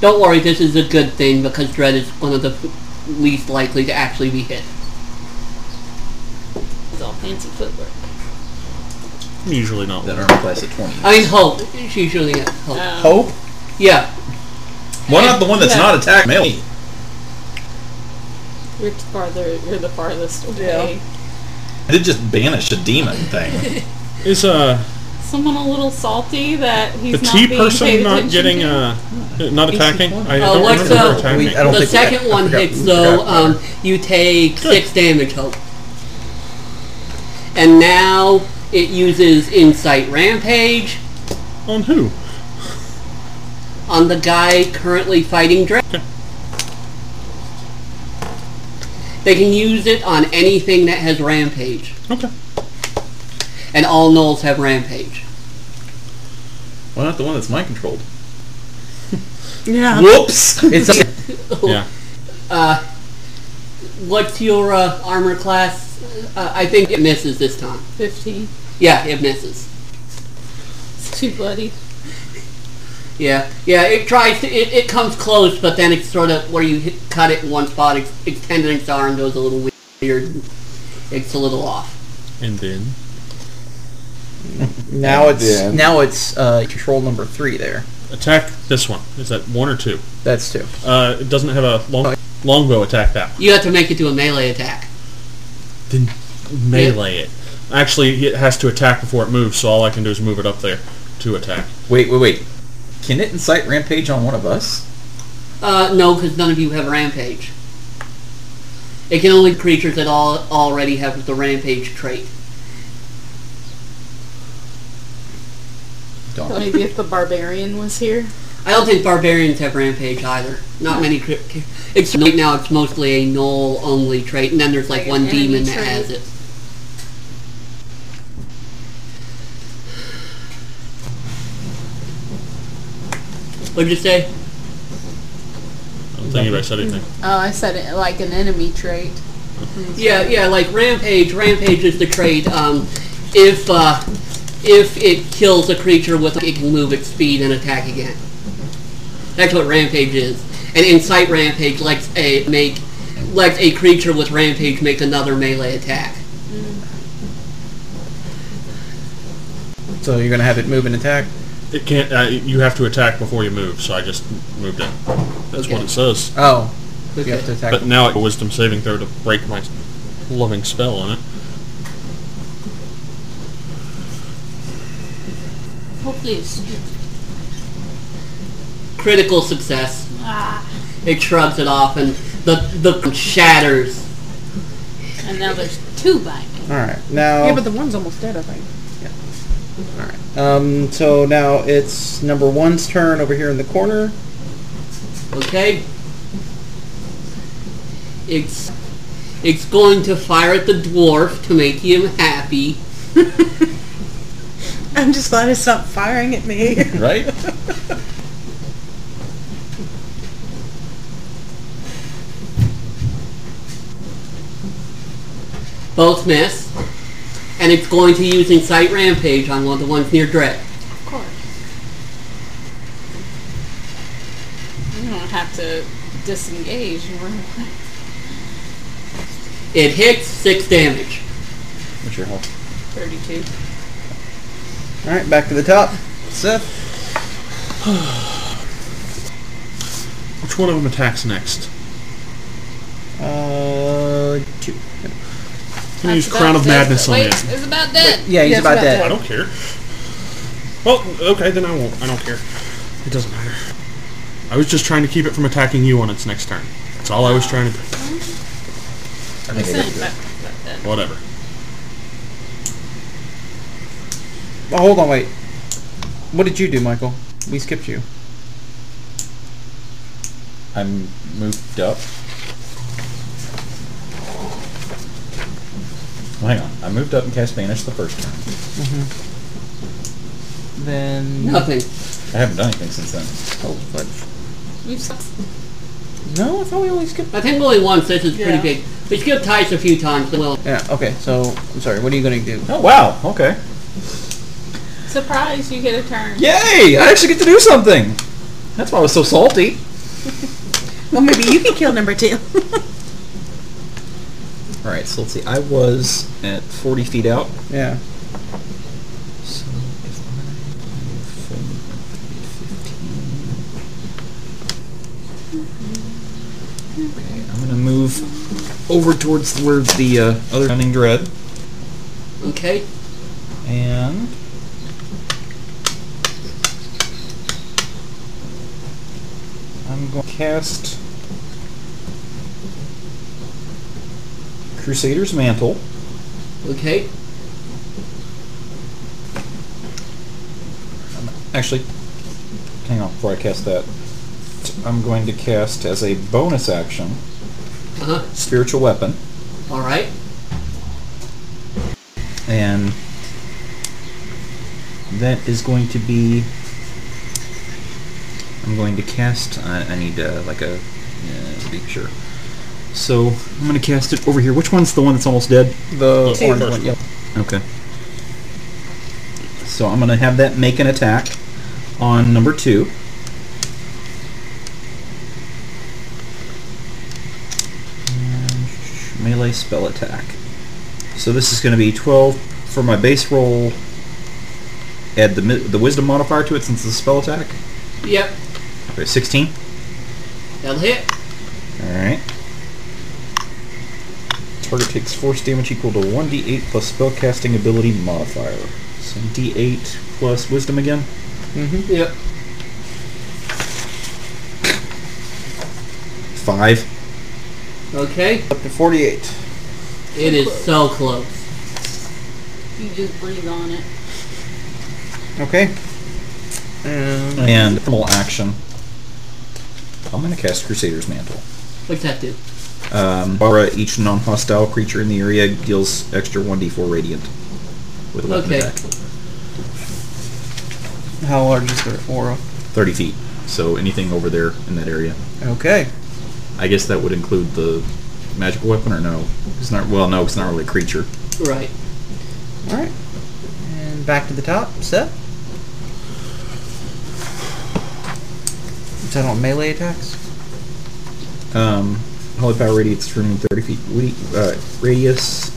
Speaker 5: Don't worry, this is a good thing because Dread is one of the f- least likely to actually be hit.
Speaker 7: It's all fancy footwork.
Speaker 6: I'm usually not.
Speaker 4: That armor class at 20.
Speaker 5: I mean, Hope. She's shooting at Hope.
Speaker 8: Hope.
Speaker 5: yeah.
Speaker 4: Why not the one that's not attacked? Melee.
Speaker 7: We're farther. We're the farthest away.
Speaker 4: I did just banish a demon thing.
Speaker 6: Is uh
Speaker 7: Someone a little salty that he's
Speaker 6: the
Speaker 7: not
Speaker 6: T
Speaker 7: being
Speaker 6: person
Speaker 7: paid
Speaker 6: not
Speaker 7: attention
Speaker 6: getting
Speaker 7: to?
Speaker 6: uh not attacking? I
Speaker 4: Oh,
Speaker 5: Uh,
Speaker 6: don't
Speaker 5: what's
Speaker 6: remember her
Speaker 5: up?
Speaker 6: attacking.
Speaker 8: We- I don't
Speaker 5: the
Speaker 8: think-
Speaker 5: second
Speaker 8: I
Speaker 5: one
Speaker 8: forgot-
Speaker 5: hits
Speaker 8: we
Speaker 5: though.
Speaker 8: forgot about
Speaker 5: Um, you take six damage, Hope. And now it uses Insight Rampage
Speaker 6: On who?
Speaker 5: on the guy currently fighting Drake. They can use it on anything that has Rampage,
Speaker 6: Okay.
Speaker 5: and all Nulls have Rampage.
Speaker 4: Why not the one that's mind controlled?
Speaker 3: yeah.
Speaker 4: Whoops!
Speaker 8: It's a,
Speaker 6: Yeah.
Speaker 5: Uh, what's your uh, armor class? Uh, I think it misses this time.
Speaker 7: Fifteen.
Speaker 5: Yeah, it misses.
Speaker 7: It's too bloody.
Speaker 5: Yeah, yeah. It tries to. It, it comes close, but then it's sort of where you hit, cut it in one spot. Ex- extended its arm goes a little weird. It's a little off.
Speaker 6: And then
Speaker 8: now it's
Speaker 2: Yeah.
Speaker 8: now it's uh, control number three there.
Speaker 6: attack this one. Is that one or two?
Speaker 8: That's two.
Speaker 6: Uh, it doesn't have a long longbow attack that
Speaker 5: You have to make it do a melee attack.
Speaker 6: one. Melee it. Actually, it has to attack before it moves, so all I can do is move it up there to attack.
Speaker 4: Wait, wait, wait. Can it incite rampage on one of us?
Speaker 5: Uh, no, because none of you have rampage. It can only creatures that all already have the rampage trait.
Speaker 7: Maybe if the barbarian was here.
Speaker 5: I don't think barbarians have rampage either. Not many. cri- cri- It's right now. It's mostly a null only trait, and then there's like,
Speaker 7: Like an
Speaker 5: one
Speaker 7: enemy
Speaker 5: demon that
Speaker 7: trait.
Speaker 5: has it. What'd you say?
Speaker 6: I don't think anybody said anything.
Speaker 7: Oh, I said it like an enemy trait.
Speaker 5: Yeah, yeah, like rampage. Rampage is the trait. Um, if uh, if it kills a creature with, it can move its speed and attack again. That's what rampage is. And incite rampage lets a make lets a creature with rampage make another melee attack.
Speaker 8: So you're gonna have it move and attack.
Speaker 6: It can't. Uh, you have to attack before you move, so I just moved it. That's what
Speaker 5: Okay.
Speaker 6: it says.
Speaker 8: Oh, you have to
Speaker 5: Okay.
Speaker 8: attack.
Speaker 6: But now it wisdom saving throw to break my loving spell on it.
Speaker 7: Hopefully it's
Speaker 5: Critical success.
Speaker 7: ah.
Speaker 5: It shrugs it off, and the the shatters.
Speaker 7: And now there's two biting.
Speaker 8: All right. Now.
Speaker 3: Yeah, but the one's almost dead, I think.
Speaker 8: Um, so now it's number one's turn over here in the corner.
Speaker 5: Okay. It's it's going to fire at the dwarf to make him happy.
Speaker 3: I'm just glad it's not firing at me.
Speaker 4: Right?
Speaker 5: Both miss. And it's going to use Incite Rampage on one of the ones near Drek.
Speaker 7: Of course. You don't have to disengage and run away.
Speaker 5: It hits six damage.
Speaker 4: What's your health?
Speaker 7: 32.
Speaker 8: All right, back to the top. Seth.
Speaker 6: Which one of them attacks next?
Speaker 8: Uh, two.
Speaker 6: I'm gonna
Speaker 7: That's
Speaker 6: use Crown
Speaker 7: about
Speaker 6: of
Speaker 7: dead.
Speaker 6: Madness on
Speaker 7: Wait,
Speaker 6: it.
Speaker 7: it's about dead.
Speaker 8: Yeah, he's
Speaker 3: Yeah, it's
Speaker 8: about
Speaker 3: about
Speaker 8: dead.
Speaker 6: I don't care. Well, okay, then I won't. I don't care. It doesn't matter. I was just trying to keep it from attacking you on its next turn. That's all I was trying to do.
Speaker 7: Makes sense. About dead.
Speaker 6: Whatever.
Speaker 8: Oh, hold on, wait. What did you do, Michael? We skipped you.
Speaker 4: I'm moved up. Well, hang on. I moved up and cast Banish the first turn.
Speaker 8: Then
Speaker 7: Mm-hmm.
Speaker 5: Nothing.
Speaker 4: I haven't done anything since then.
Speaker 8: Oh, fudge.
Speaker 7: We've sucked.
Speaker 8: No, I thought we only skipped.
Speaker 5: I think only once. This is
Speaker 3: Yeah.
Speaker 5: pretty big. We skipped tights a few times. Well,
Speaker 8: Yeah. Okay. So I'm sorry. What are you gonna do?
Speaker 4: Oh, wow. Okay.
Speaker 7: Surprise, you get a turn.
Speaker 4: Yay! I actually get to do something! That's why I was so salty.
Speaker 3: well, maybe you can kill number two.
Speaker 4: Alright, so let's see. I was at 40 feet out.
Speaker 8: Yeah.
Speaker 4: So if I... 15. Okay, I'm gonna move over towards where the uh, other Running Dread.
Speaker 5: okay.
Speaker 4: And I'm going to cast Crusader's Mantle.
Speaker 5: Okay.
Speaker 4: Actually, hang on before I cast that. I'm going to cast as a bonus action
Speaker 5: Uh-huh.
Speaker 4: Spiritual Weapon,
Speaker 5: All right.
Speaker 4: and that is going to be. I'm going to cast. I, I need uh, like a uh, picture. So I'm going to cast it over here. Which one's the one that's almost dead?
Speaker 8: The
Speaker 6: Two.
Speaker 8: orange one. Yep.
Speaker 4: Okay. So I'm going to have that make an attack on number two. And Melee spell attack. So this is going to be 12 for my base roll. Add the mi- the wisdom modifier to it since it's a spell attack.
Speaker 5: Yep.
Speaker 4: Okay, 16.
Speaker 5: That'll hit.
Speaker 4: All right. Target takes force damage equal to 1d8 plus spellcasting ability modifier. So d8 plus wisdom again.
Speaker 5: Yep.
Speaker 4: Five.
Speaker 5: Okay.
Speaker 8: Up to 48.
Speaker 5: It is so close.
Speaker 7: You just breathe on it.
Speaker 8: Okay. Um,
Speaker 4: And normal action. I'm going to cast Crusader's Mantle.
Speaker 5: What's that do?
Speaker 4: Um, aura, each non-hostile creature in the area deals extra 1d4 radiant with a weapon
Speaker 5: Okay.
Speaker 4: attack.
Speaker 8: how large is their aura?
Speaker 4: 30 feet. So anything over there in that area.
Speaker 8: Okay.
Speaker 4: I guess that would include the magical weapon, or no? It's not. Well, no, it's not really a creature.
Speaker 5: Right.
Speaker 8: All right. And back to the top. Seth. Is that on melee attacks?
Speaker 4: Um, holy power radiates from 30 feet we- uh, radius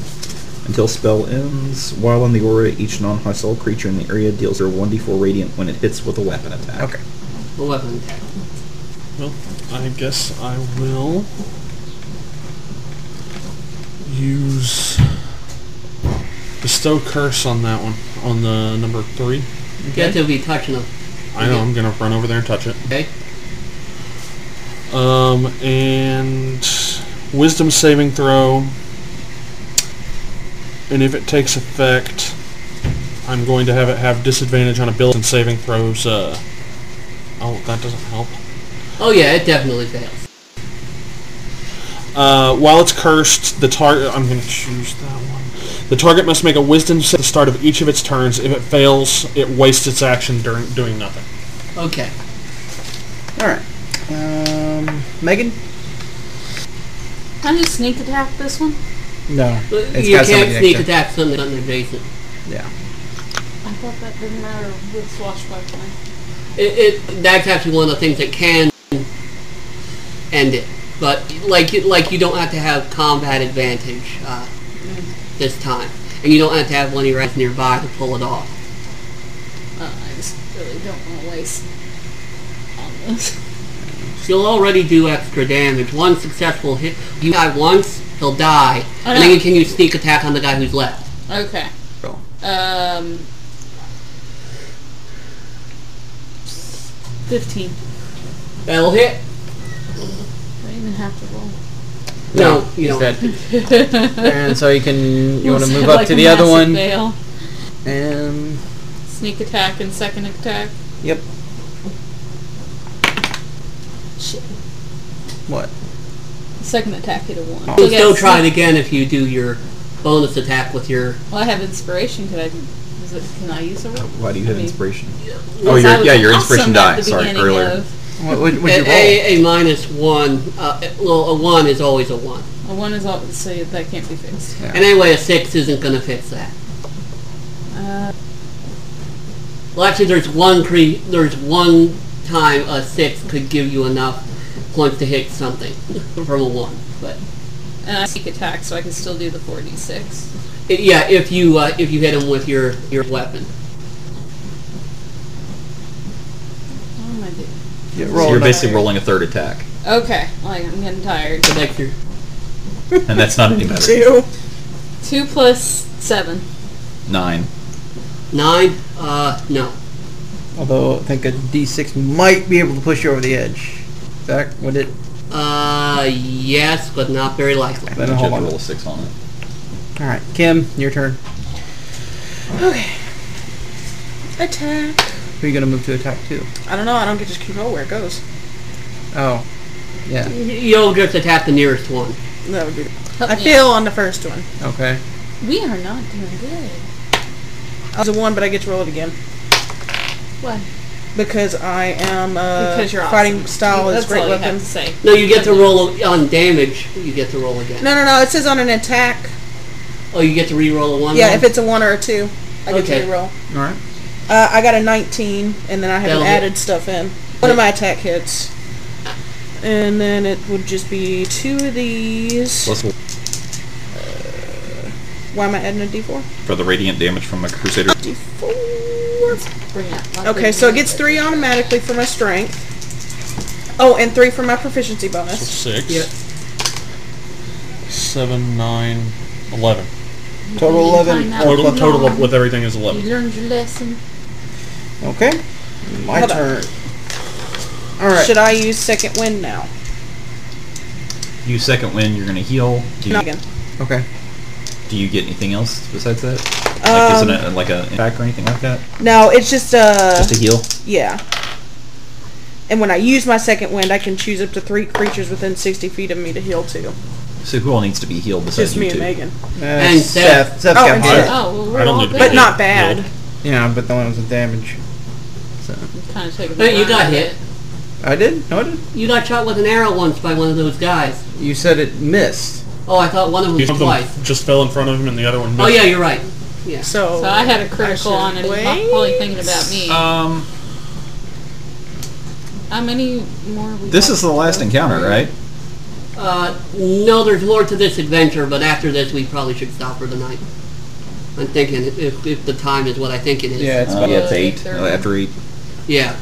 Speaker 4: until spell ends. While in the aura, each non-hostile creature in the area deals a 1d4 radiant when it hits with a weapon attack.
Speaker 8: Okay.
Speaker 5: The weapon attack.
Speaker 6: Well, I guess I will use bestow curse on that one on the number three.
Speaker 5: You have to be touching them.
Speaker 6: I know I'm gonna run over there and touch it.
Speaker 5: Okay.
Speaker 6: Um, and wisdom saving throw. and if it takes effect, I'm going to have it have disadvantage on ability and saving throws. Uh, oh, that doesn't help.
Speaker 5: Oh yeah, it definitely fails.
Speaker 6: Uh, while it's cursed, the target. I'm going to choose that one. The target must make a Wisdom save at the start of each of its turns. If it fails, it wastes its action during doing nothing.
Speaker 5: Okay.
Speaker 8: All right. Um, Megan?
Speaker 7: Can I just sneak attack this one?
Speaker 8: No. It's
Speaker 5: you
Speaker 8: got something
Speaker 5: can't
Speaker 8: next
Speaker 5: sneak
Speaker 8: to it.
Speaker 5: attack something that's adjacent.
Speaker 8: Yeah.
Speaker 7: I thought that didn't matter with swashbuckling.
Speaker 5: It, it that's actually one of the things that can end it. But like you, like you don't have to have combat advantage uh, this time, and you don't have to have one of your guys nearby to pull it off.
Speaker 7: Uh, I just really don't want to waste on this.
Speaker 5: You'll already do extra damage. One successful hit, you die once, he'll die, and then
Speaker 7: Okay.
Speaker 5: you can use sneak attack on the guy who's left.
Speaker 7: Okay.
Speaker 8: Roll.
Speaker 7: Um. Fifteen.
Speaker 5: That'll hit.
Speaker 7: I don't even have to roll.
Speaker 5: No, you don't.
Speaker 8: He's dead. and so you can you want to
Speaker 7: Looks
Speaker 8: move up
Speaker 7: like
Speaker 8: to
Speaker 7: a
Speaker 8: the other
Speaker 7: massive
Speaker 8: one
Speaker 7: fail.
Speaker 8: and
Speaker 7: Sneak attack and second attack.
Speaker 8: yep.
Speaker 7: Shit.
Speaker 8: What?
Speaker 7: Second attack hit a
Speaker 5: You
Speaker 7: one.
Speaker 5: can
Speaker 7: Okay,
Speaker 5: still
Speaker 7: so-
Speaker 5: try it again if you do your bonus attack with your.
Speaker 7: Well, I have inspiration. Could I? Is it, can I use a roll?
Speaker 2: Why do you have
Speaker 7: Okay.
Speaker 2: inspiration?
Speaker 4: Oh,
Speaker 7: Yes, I
Speaker 4: your,
Speaker 7: was
Speaker 4: yeah, your
Speaker 7: awesome
Speaker 4: inspiration
Speaker 7: at
Speaker 4: die.
Speaker 7: the
Speaker 4: Sorry,
Speaker 7: beginning
Speaker 4: earlier.
Speaker 7: of-
Speaker 8: What would you roll?
Speaker 5: A, a, a minus one. Uh, well, a one is always a one.
Speaker 7: a one is all. So that can't be fixed.
Speaker 8: Yeah.
Speaker 5: And anyway, a six isn't going to fix that.
Speaker 7: Uh,
Speaker 5: Well, actually, there's one cre- there's one time a six could give you enough points to hit something from a one. But
Speaker 7: and I sneak attack, so I can still do the four d six.
Speaker 5: it, yeah, if you uh, if you hit him with your your weapon,
Speaker 7: What am I doing?
Speaker 4: Yeah,
Speaker 8: roll
Speaker 4: so you're
Speaker 8: another.
Speaker 4: basically rolling a third attack,
Speaker 7: Okay, like I'm getting tired.
Speaker 5: so that's your
Speaker 4: and that's not any better.
Speaker 3: Two.
Speaker 7: Two plus seven.
Speaker 4: Nine.
Speaker 5: nine. Uh, no.
Speaker 8: Although I think a D6 might be able to push you over the edge. Zach, would it?
Speaker 5: Uh, yes, but not very likely.
Speaker 8: Then
Speaker 4: You have
Speaker 8: hold
Speaker 4: to
Speaker 8: on.
Speaker 4: roll a six on it.
Speaker 8: All right, Kim, your turn.
Speaker 3: Attack.
Speaker 8: Who are you gonna move to attack two?
Speaker 3: I don't know. I don't get to control where it goes.
Speaker 8: Oh, yeah.
Speaker 5: You'll just attack the nearest one.
Speaker 3: That would be.
Speaker 7: Help
Speaker 3: I
Speaker 7: me
Speaker 3: fail on the first one.
Speaker 8: Okay.
Speaker 7: out. We are not doing good.
Speaker 3: I was a one, but I get to roll it again
Speaker 7: What?
Speaker 3: because I am. Uh,
Speaker 7: because you're
Speaker 3: fighting
Speaker 7: awesome.
Speaker 3: style
Speaker 7: That's
Speaker 3: is great
Speaker 7: all you have
Speaker 3: weapon.
Speaker 7: to say.
Speaker 5: No, you get to roll a- on damage. You get to roll again.
Speaker 3: No, no, no. It says on an attack.
Speaker 5: Oh, you get to re-roll a one.
Speaker 3: Yeah,
Speaker 5: roll?
Speaker 3: if it's a one or a two, I get
Speaker 5: Okay.
Speaker 3: to roll.
Speaker 8: All right.
Speaker 3: Uh, I got a 19, and then I haven't
Speaker 5: That'll hit.
Speaker 3: added stuff in. One of my attack hits. And then it would just be two of these. Uh,
Speaker 4: Plus one
Speaker 3: Why am I adding a d4?
Speaker 4: for the radiant damage from a crusader.
Speaker 3: D4.
Speaker 7: Bring it. Lots
Speaker 3: Okay,
Speaker 7: of-
Speaker 3: so it gets three automatically for my strength. Oh, and three for my proficiency
Speaker 6: So
Speaker 3: bonus.
Speaker 6: six,
Speaker 5: Yeah.
Speaker 6: seven, nine, eleven.
Speaker 8: Total
Speaker 7: Meantime,
Speaker 8: eleven.
Speaker 7: now
Speaker 6: Total
Speaker 7: you
Speaker 6: total
Speaker 7: learn-
Speaker 6: of with everything is
Speaker 7: You
Speaker 6: eleven.
Speaker 7: learned your lesson.
Speaker 8: Okay. My
Speaker 3: Hold on.
Speaker 8: turn. All right.
Speaker 3: Should I use second wind now?
Speaker 4: You second win, you're gonna heal. Do you,
Speaker 3: No. Again.
Speaker 8: Okay.
Speaker 4: do you get anything else besides that? Like
Speaker 3: Um,
Speaker 4: isn't it like a attack or anything like that?
Speaker 3: No, it's just, uh,
Speaker 4: Just a heal.
Speaker 3: yeah. And when I use my second wind, I can choose up to three creatures within 60 feet of me to heal to.
Speaker 4: So who all needs to be healed besides
Speaker 3: Just
Speaker 4: you
Speaker 3: me
Speaker 4: two?
Speaker 3: and Megan.
Speaker 8: Uh,
Speaker 5: And Seth.
Speaker 8: Seth's
Speaker 3: Oh,
Speaker 8: got
Speaker 3: and
Speaker 8: hit.
Speaker 3: Seth.
Speaker 7: Oh, well, we're
Speaker 6: I don't
Speaker 7: all
Speaker 6: need to be
Speaker 3: But
Speaker 7: good.
Speaker 3: not
Speaker 6: healed.
Speaker 3: bad.
Speaker 8: Yeah, but the one was with damage.
Speaker 7: Kind of taking
Speaker 5: No, you
Speaker 7: the
Speaker 5: got
Speaker 7: line.
Speaker 5: hit.
Speaker 8: I did. No, I did.
Speaker 5: You got shot with an arrow once by one of those guys.
Speaker 8: You said it missed.
Speaker 5: Oh, I thought one of them
Speaker 6: Each
Speaker 5: was
Speaker 6: of
Speaker 5: twice.
Speaker 6: them just fell in front of him, and the other one.
Speaker 5: Oh
Speaker 6: missed.
Speaker 5: yeah, you're right. Yeah.
Speaker 3: So,
Speaker 7: So I had a critical on it. He's probably thinking about me.
Speaker 6: Uh,
Speaker 4: Um,
Speaker 7: How many more? We
Speaker 4: this
Speaker 7: got?
Speaker 4: is the last encounter, right?
Speaker 5: Uh, no, there's more to this adventure, but after this, we probably should stop for the night. I'm thinking if, if the time is what I think it is.
Speaker 8: Yeah, it's
Speaker 4: Uh,
Speaker 8: about
Speaker 4: yeah, it's
Speaker 7: Uh,
Speaker 4: eight.
Speaker 7: thirty.
Speaker 4: uh, After eight.
Speaker 5: Yeah.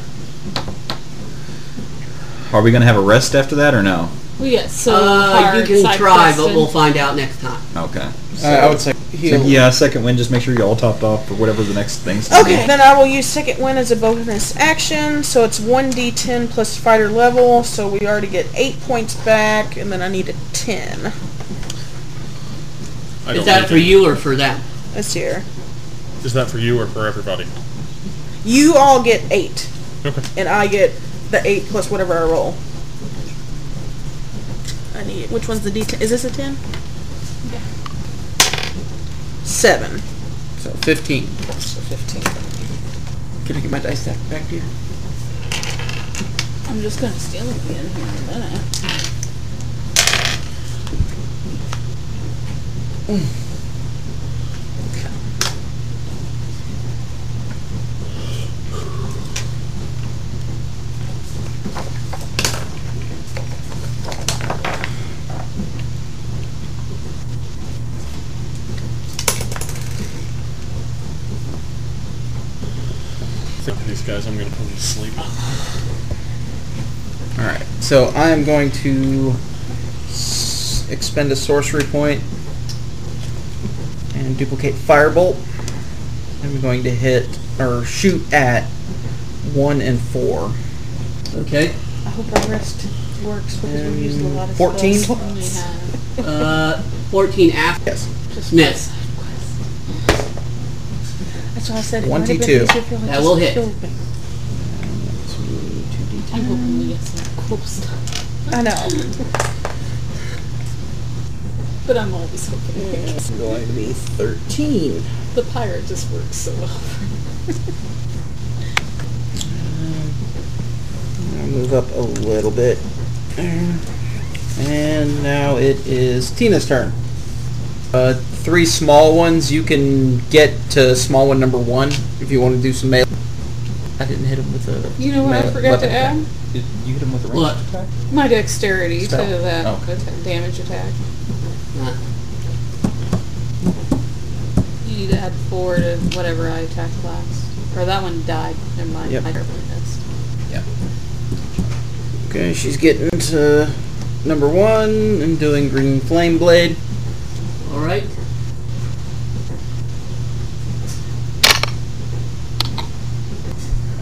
Speaker 4: Are we gonna have a rest after that or no?
Speaker 7: We got so
Speaker 5: uh,
Speaker 7: hard.
Speaker 5: you can
Speaker 7: side
Speaker 5: try, but
Speaker 7: quested.
Speaker 5: we'll find out next time.
Speaker 4: Okay.
Speaker 8: Uh, I would say heal.
Speaker 4: So, yeah, second win. Just make sure you're all topped off for whatever the next thing's. gonna
Speaker 3: Okay, then I will use second win as a bonus action. So it's 1d10 plus fighter level. So we already get 8 points back, and then I need a 10.
Speaker 6: I
Speaker 5: Is
Speaker 6: don't
Speaker 5: that
Speaker 6: like
Speaker 5: for
Speaker 6: it.
Speaker 5: you or for them?
Speaker 3: Let's hear.
Speaker 6: Is that for you or for everybody?
Speaker 3: You all get eight,
Speaker 6: Okay.
Speaker 3: and I get the eight plus whatever I roll. I need which one's the D10? Is this a ten?
Speaker 9: Yeah.
Speaker 3: Seven.
Speaker 8: So 15.
Speaker 3: So fifteen.
Speaker 8: Can I get my dice stack back here?
Speaker 7: I'm just gonna steal it again here in a minute.
Speaker 6: Think of these guys, I'm gonna put them to sleep.
Speaker 8: All right. So I am going to s- expend a sorcery point and duplicate firebolt. I'm going to hit or shoot at one and four.
Speaker 5: Okay.
Speaker 3: I hope our rest works because we've used a lot of
Speaker 8: 14?
Speaker 3: spells. Oh,
Speaker 7: Only have
Speaker 5: Uh, 14 after.
Speaker 8: Yes.
Speaker 3: Just-
Speaker 5: Miss.
Speaker 3: That's why I said. it
Speaker 8: One
Speaker 3: might have been easier
Speaker 8: D2.
Speaker 3: if y'all had
Speaker 5: That
Speaker 3: just
Speaker 5: will hit.
Speaker 3: killed me.
Speaker 7: I'm hoping we get some cool stuff.
Speaker 3: I know.
Speaker 7: But I'm always hoping. we get-
Speaker 3: It's going to be thirteen.
Speaker 7: The pirate just works so well.
Speaker 8: I'll move up a little bit. There. And now it is Tina's turn. Uh, three small ones. You can get to small one number one if you want to do some melee. I didn't hit him with a.
Speaker 7: You know what I
Speaker 8: melee-
Speaker 7: forgot
Speaker 8: weapon
Speaker 7: to
Speaker 8: attack.
Speaker 7: add?
Speaker 4: You hit him with a
Speaker 5: What?
Speaker 4: ranged attack?
Speaker 7: My dexterity
Speaker 8: Spell.
Speaker 7: to that
Speaker 8: Oh.
Speaker 7: atta- damage attack.
Speaker 5: Uh,
Speaker 7: You need to add four to whatever I attacked last. Or that one died. Never mind.
Speaker 8: Yep.
Speaker 7: I don't really know.
Speaker 8: Okay, she's getting to number one and doing green flame blade.
Speaker 5: all right.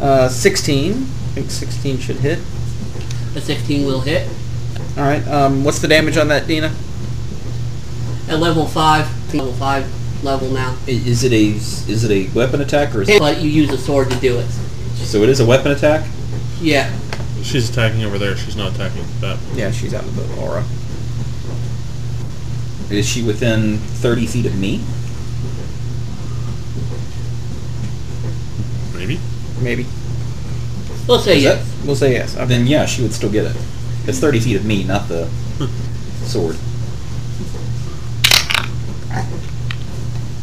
Speaker 8: Uh, 16. I think 16 should hit.
Speaker 5: A 16 will hit.
Speaker 8: All right. Um, what's the damage on that, Dina?
Speaker 5: At level 5. Level 5 level now.
Speaker 4: I- Is it a is it a weapon attack or is it,
Speaker 5: But you use a sword to do it.
Speaker 4: so? It is a weapon attack.
Speaker 5: Yeah.
Speaker 6: She's attacking over there. She's not attacking that.
Speaker 8: Yeah, she's out of the aura.
Speaker 4: Is she within thirty feet of me?
Speaker 6: Maybe.
Speaker 8: Maybe.
Speaker 5: We'll say
Speaker 4: Is
Speaker 5: yes.
Speaker 8: We'll say yes. Okay.
Speaker 4: Then yeah, she would still get it. It's thirty feet of me, not the sword.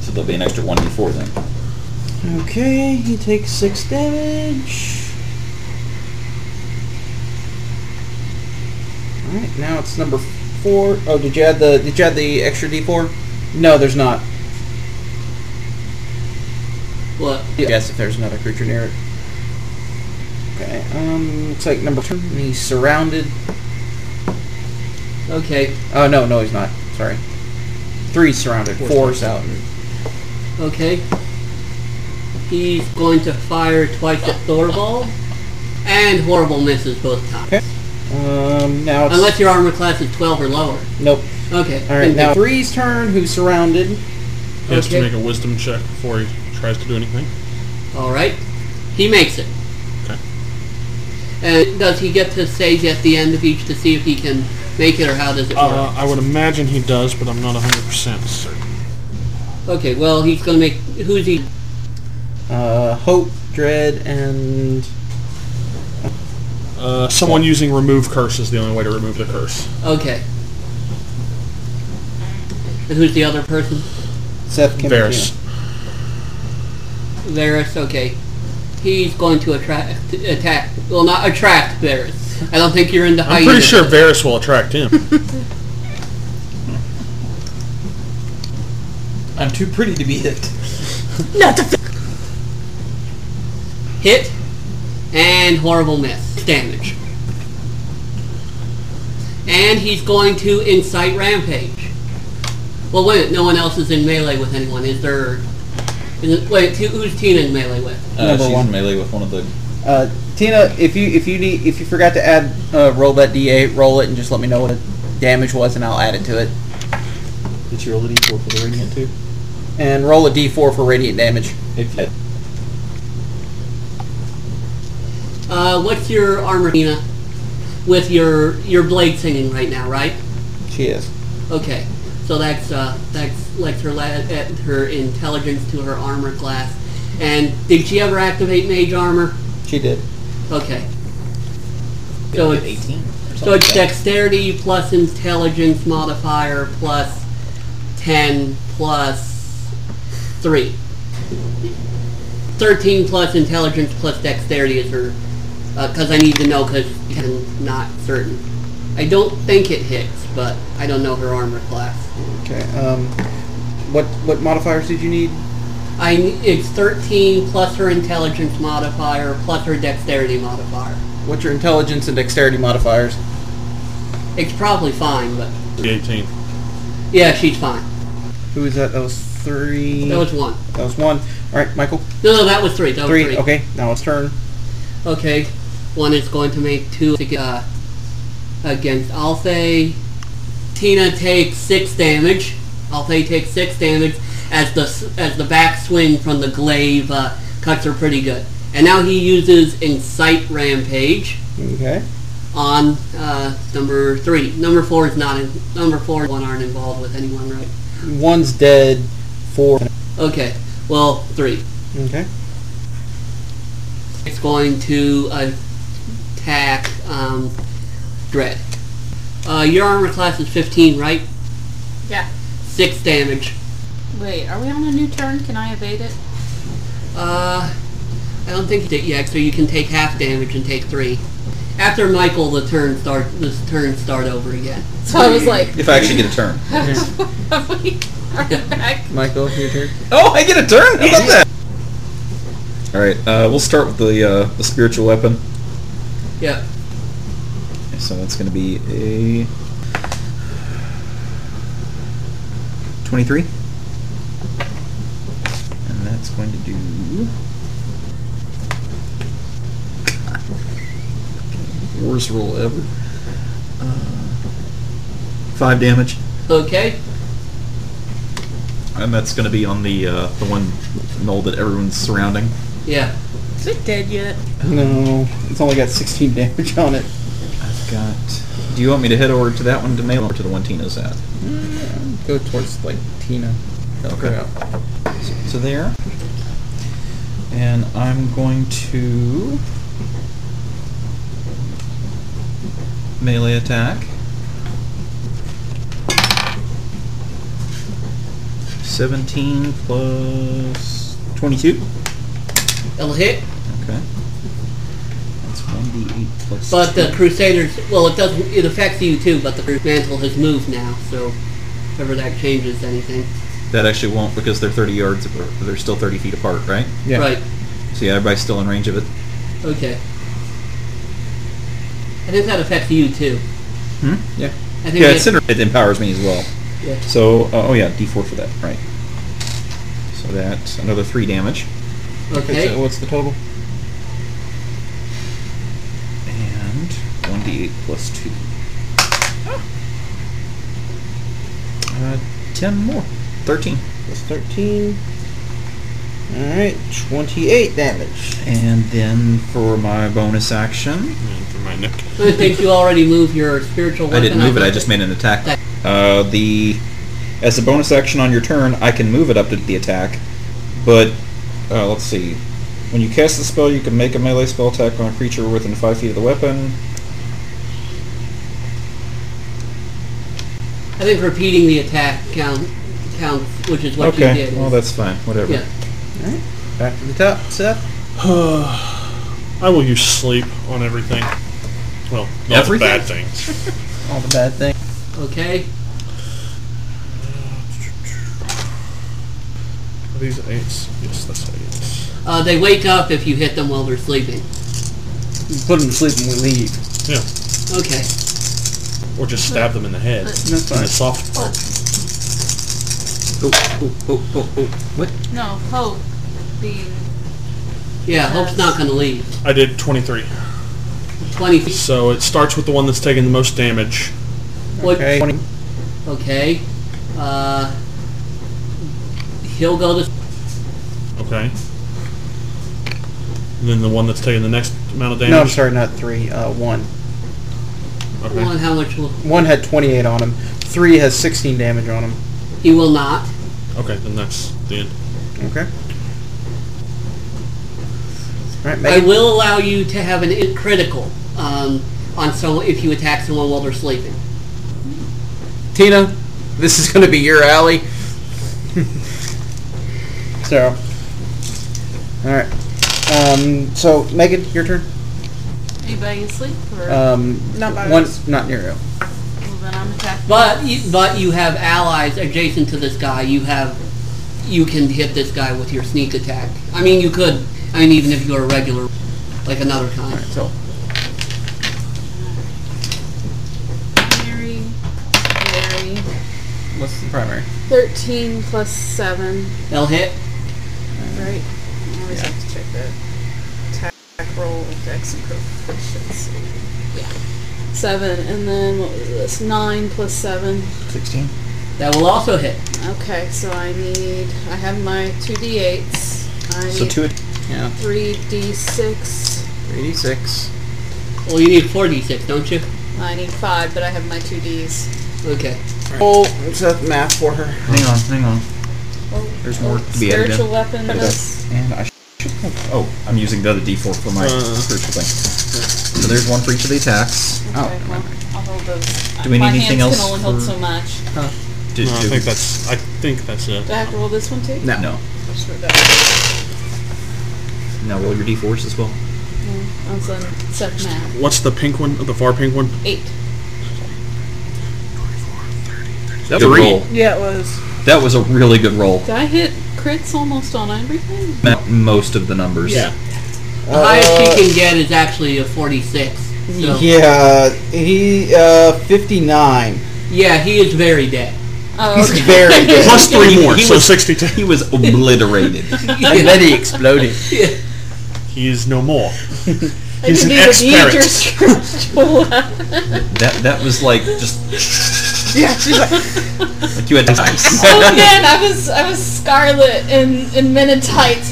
Speaker 4: So there'll be an extra one before then.
Speaker 8: Okay, he takes six damage. Alright, now it's number four. Oh, did you add the did you add the extra D four? No, there's not.
Speaker 5: What?
Speaker 8: Yes, if there's another creature near it. Okay, um looks like number two. and He's surrounded.
Speaker 5: Okay.
Speaker 8: Oh no, no he's not. Sorry. Three's surrounded. Four's out.
Speaker 5: Okay. He's going to fire twice at Thorvald. And horrible misses both times.
Speaker 8: Okay. Um now it's
Speaker 5: Unless your armor class is 12 or lower.
Speaker 8: Nope.
Speaker 5: Okay.
Speaker 8: Alright, now three's turn, who's surrounded.
Speaker 6: He has to
Speaker 5: Okay.
Speaker 6: make a wisdom check before he tries to do anything.
Speaker 5: All right. He makes it.
Speaker 6: Okay.
Speaker 5: And does he get to save at the end of each to see if he can make it, or how does it
Speaker 6: Uh, I would imagine he does, but I'm not 100% certain.
Speaker 5: work? Okay. Well, he's gonna make. Who's he?
Speaker 8: Uh Hope, Dread, and
Speaker 6: Uh, someone using remove curse is the only way to remove the curse.
Speaker 5: Okay. And who's the other person?
Speaker 8: Seth Kim
Speaker 6: Varus.
Speaker 5: Varus. Okay. He's going to attract attack. Well, not attract Varus. I uh, don't think you're into.
Speaker 6: I'm
Speaker 5: hyena.
Speaker 6: pretty sure Varus will attract him.
Speaker 8: I'm too pretty to be hit.
Speaker 5: Hit and horrible miss damage. And he's going to incite rampage. Well, wait, no one else is in melee with anyone, is there? Is it, wait, who- who's Tina in melee with?
Speaker 4: Uh,
Speaker 8: Number
Speaker 4: she's
Speaker 8: one.
Speaker 4: in melee with one of the.
Speaker 8: Uh, Tina, if you if you need if you forgot to add uh, roll that d8, roll it and just let me know what the damage was, and I'll add it to it.
Speaker 2: Did you roll a d4 for the radiant too?
Speaker 8: And roll a d4 for radiant damage.
Speaker 2: If you
Speaker 5: Uh, what's your armor, Nina? With your your blade singing right now, right?
Speaker 8: She is.
Speaker 5: Okay, so that's uh, that's like her la- at her intelligence to her armor class. And did she ever activate mage armor?
Speaker 8: She did.
Speaker 5: Okay. So
Speaker 4: Like
Speaker 5: it's,
Speaker 4: 18 or
Speaker 5: so it's
Speaker 4: something like
Speaker 5: dexterity plus intelligence modifier plus ten plus three. Thirteen plus intelligence plus dexterity is her, because I need to know because I'm not certain. I don't think it hits, but I don't know her armor class.
Speaker 8: Okay. Um, what what modifiers did you need?
Speaker 5: I it's thirteen plus her intelligence modifier plus her dexterity modifier.
Speaker 8: What's your intelligence and dexterity modifiers?
Speaker 5: It's probably fine, but
Speaker 6: The 18.
Speaker 5: yeah, she's fine.
Speaker 8: Who is that? That was three.
Speaker 5: That was one.
Speaker 8: That was one. All right, Michael.
Speaker 5: No, no, that was three. That was
Speaker 8: Three.
Speaker 5: three.
Speaker 8: Okay, now it's turn.
Speaker 5: Okay. One is going to make two to get, uh, against Alfei. Tina takes six damage. Alfei takes six damage as the s- as the backswing from the glaive uh, cuts her pretty good. And now he uses incite rampage
Speaker 8: Okay.
Speaker 5: on uh, number three. Number four is not in, number four. One aren't involved with anyone, right?
Speaker 8: One's dead. Four.
Speaker 5: Okay. Well, three.
Speaker 8: Okay.
Speaker 5: It's going to attack um, Dread. Uh, your armor class is 15, right?
Speaker 7: Yeah.
Speaker 5: Six damage.
Speaker 7: Wait, are we on a new turn? Can I evade it?
Speaker 5: Uh, I don't think that yet, so you can take half damage and take three. After Michael, the turn start. This turn start over again.
Speaker 7: So I was like,
Speaker 4: that. If I actually get a turn.
Speaker 7: have we are we back?
Speaker 8: Michael, your turn.
Speaker 4: Oh, I get a turn? How about that? All right, uh, we'll start with the uh, the spiritual weapon.
Speaker 5: Yeah.
Speaker 4: So that's going to be a twenty-three, and that's going to do. Worst roll ever. Uh, five damage,
Speaker 5: Okay.
Speaker 4: and that's going to be on the uh, the one knoll that everyone's surrounding.
Speaker 5: Yeah.
Speaker 3: Is it dead yet?
Speaker 8: No, it's only got 16 damage on it.
Speaker 4: I've got. Do you want me to head over to that one to mail or to the one Tina's at?
Speaker 8: Go towards like Tina.
Speaker 4: Okay. So there. And I'm going to melee attack. Seventeen plus twenty-two.
Speaker 5: It'll hit,
Speaker 4: Okay. That's one d eight plus.
Speaker 5: but the
Speaker 4: two.
Speaker 5: Crusaders. Well, it doesn't. It affects you too, but the Crus- mantle has moved now, so whether that changes anything.
Speaker 4: that actually won't because they're thirty yards. apart- They're still thirty feet apart, right?
Speaker 8: Yeah.
Speaker 5: Right.
Speaker 4: So yeah, everybody's still in range of it.
Speaker 5: Okay. I think that affects you too.
Speaker 4: Hmm?
Speaker 8: Yeah.
Speaker 5: I think
Speaker 4: Yeah,
Speaker 5: that-
Speaker 4: it's inter- it empowers me as well.
Speaker 5: Yeah.
Speaker 4: So, uh, oh yeah, D4 for that, right. So that's another 3 damage.
Speaker 5: Okay.
Speaker 8: So what's the total?
Speaker 4: And 1d8 plus 2. Uh, 10 more. 13.
Speaker 8: Plus 13. Alright, 28 damage.
Speaker 4: And then for my bonus action...
Speaker 6: For my neck.
Speaker 5: I think you already moved your spiritual
Speaker 4: I
Speaker 5: weapon.
Speaker 4: didn't move it, I
Speaker 5: think.
Speaker 4: just made an attack. Uh, the... As a bonus action on your turn, I can move it up to the attack, but... Uh, let's see. When you cast the spell, you can make a melee spell attack on a creature within 5 feet of the weapon.
Speaker 5: I think repeating the attack count counts, which is what you
Speaker 4: okay,
Speaker 5: did.
Speaker 4: well, that's fine. Whatever.
Speaker 5: yeah.
Speaker 8: Back to the top, Seth.
Speaker 6: Uh, I will use sleep on everything. Well, not the
Speaker 4: Everything?
Speaker 6: bad things.
Speaker 8: All the bad things.
Speaker 5: Okay.
Speaker 6: Are these eights? Yes, that's eights.
Speaker 5: Uh, they wake up if you hit them while they're sleeping.
Speaker 8: We put them to sleep and we leave.
Speaker 6: Yeah.
Speaker 5: Okay.
Speaker 6: Or just stab them in the head.
Speaker 8: That's
Speaker 6: In the
Speaker 8: fine.
Speaker 6: soft part.
Speaker 4: Oh, oh, oh, oh, oh. What?
Speaker 7: No, hope being
Speaker 5: Yeah. Hope's not going to leave.
Speaker 6: I did 23.
Speaker 5: Twenty feet.
Speaker 6: So it starts with the one that's taking the most damage.
Speaker 5: What?
Speaker 8: Okay.
Speaker 5: Okay. Uh, he'll go to
Speaker 6: Okay. And then the one that's taking the next amount of damage.
Speaker 8: No, I'm sorry, not three. Uh, one.
Speaker 6: Okay.
Speaker 5: one. How much will
Speaker 8: One had 28 on him. Three has 16 damage on him.
Speaker 5: he will not?
Speaker 6: Okay, then that's the end.
Speaker 8: Okay. All right,
Speaker 5: I
Speaker 8: Megan.
Speaker 5: will allow you to have an in- critical um, on someone if you attack someone while they're sleeping.
Speaker 8: Tina, this is going to be your alley. so, all right. Um, so, Megan, your turn.
Speaker 7: Anybody asleep? Or,
Speaker 4: Uh,
Speaker 8: Um,
Speaker 3: Not by
Speaker 8: one,
Speaker 3: us.
Speaker 8: not near you.
Speaker 7: well, then I'm attacking.
Speaker 5: But you, but you have allies adjacent to this guy. You have you can hit this guy with your sneak attack. I mean, you could. I mean, even if you're a regular, like another kind.
Speaker 8: So,
Speaker 7: Very, very.
Speaker 8: what's the primary?
Speaker 7: 13 plus 7.
Speaker 5: They'll hit.
Speaker 7: Right. I always have to check that. Attack roll, dex, and proficiency. Yeah. Seven, and then what was this? Nine plus seven.
Speaker 2: 16.
Speaker 5: That will also hit.
Speaker 7: Okay, so I need. I have my two d8s. I
Speaker 2: So
Speaker 7: need
Speaker 2: two.
Speaker 8: Yeah,
Speaker 7: three d6.
Speaker 8: 86.
Speaker 5: Well, you need 46, don't you?
Speaker 7: I need five, but I have my two d's.
Speaker 5: Okay.
Speaker 8: Oh, what's that math for her?
Speaker 2: Hang on, hang on. There's more to be added.
Speaker 7: Spiritual
Speaker 2: in.
Speaker 7: weapon. is-
Speaker 2: And I should have. Oh, I'm using the other d4 for my
Speaker 6: Uh.
Speaker 2: spiritual thing. So there's one for each of the attacks.
Speaker 7: Okay,
Speaker 8: Oh,
Speaker 7: well, I'll hold those.
Speaker 2: Do we need
Speaker 7: my
Speaker 2: anything
Speaker 7: hands
Speaker 2: else
Speaker 7: can only hold
Speaker 2: for-
Speaker 7: so much.
Speaker 2: Did
Speaker 6: No, I
Speaker 2: you-
Speaker 6: think that's. I think that's it.
Speaker 7: Do I have to roll this one too?
Speaker 2: No. no. Now roll your d4s as well.
Speaker 7: On some stuff now.
Speaker 6: What's the pink one? Oh, The far pink one?
Speaker 7: Eight.
Speaker 4: That
Speaker 2: Three.
Speaker 4: roll.
Speaker 3: Yeah, it was.
Speaker 4: That was a really good roll.
Speaker 7: Did I hit crits almost on everything?
Speaker 4: Met most of the numbers.
Speaker 5: Yeah. The highest you can get is actually a 46. So, yeah.
Speaker 8: Yeah, he uh 59.
Speaker 5: he is very dead.
Speaker 7: Oh, okay.
Speaker 8: Very good.
Speaker 6: Plus three more,
Speaker 4: He
Speaker 6: so
Speaker 4: was-
Speaker 6: 62.
Speaker 4: He was obliterated.
Speaker 8: and then he exploded.
Speaker 6: He is no more.
Speaker 7: I
Speaker 6: He's
Speaker 7: didn't
Speaker 6: an
Speaker 7: even need your
Speaker 6: ex-parent.
Speaker 7: spiritual weapon.
Speaker 4: that that was like just
Speaker 8: yeah, she's like,
Speaker 4: like you had dice.
Speaker 7: Oh man, I was I was Scarlet in in men in tights.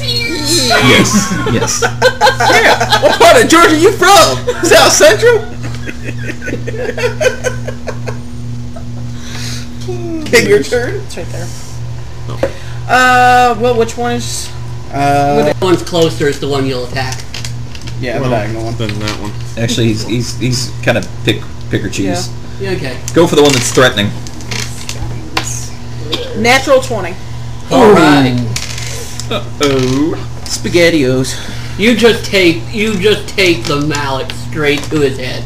Speaker 4: yes. Yes.
Speaker 8: yeah, what part of Georgia you from? South Central? Take your turn.
Speaker 3: It's right there. Uh, well, which one is?
Speaker 8: Uh,
Speaker 5: The one's closer is the one you'll attack.
Speaker 8: yeah, the
Speaker 6: Well,
Speaker 8: diagonal one.
Speaker 6: Then that one.
Speaker 4: Actually, he's he's, he's kind of pick pick or choose.
Speaker 5: Yeah, Okay.
Speaker 4: Go for the one that's threatening.
Speaker 3: Natural twenty.
Speaker 5: All right.
Speaker 4: Oh.
Speaker 8: Spaghettios.
Speaker 5: You just take you just take the mallet straight to his head.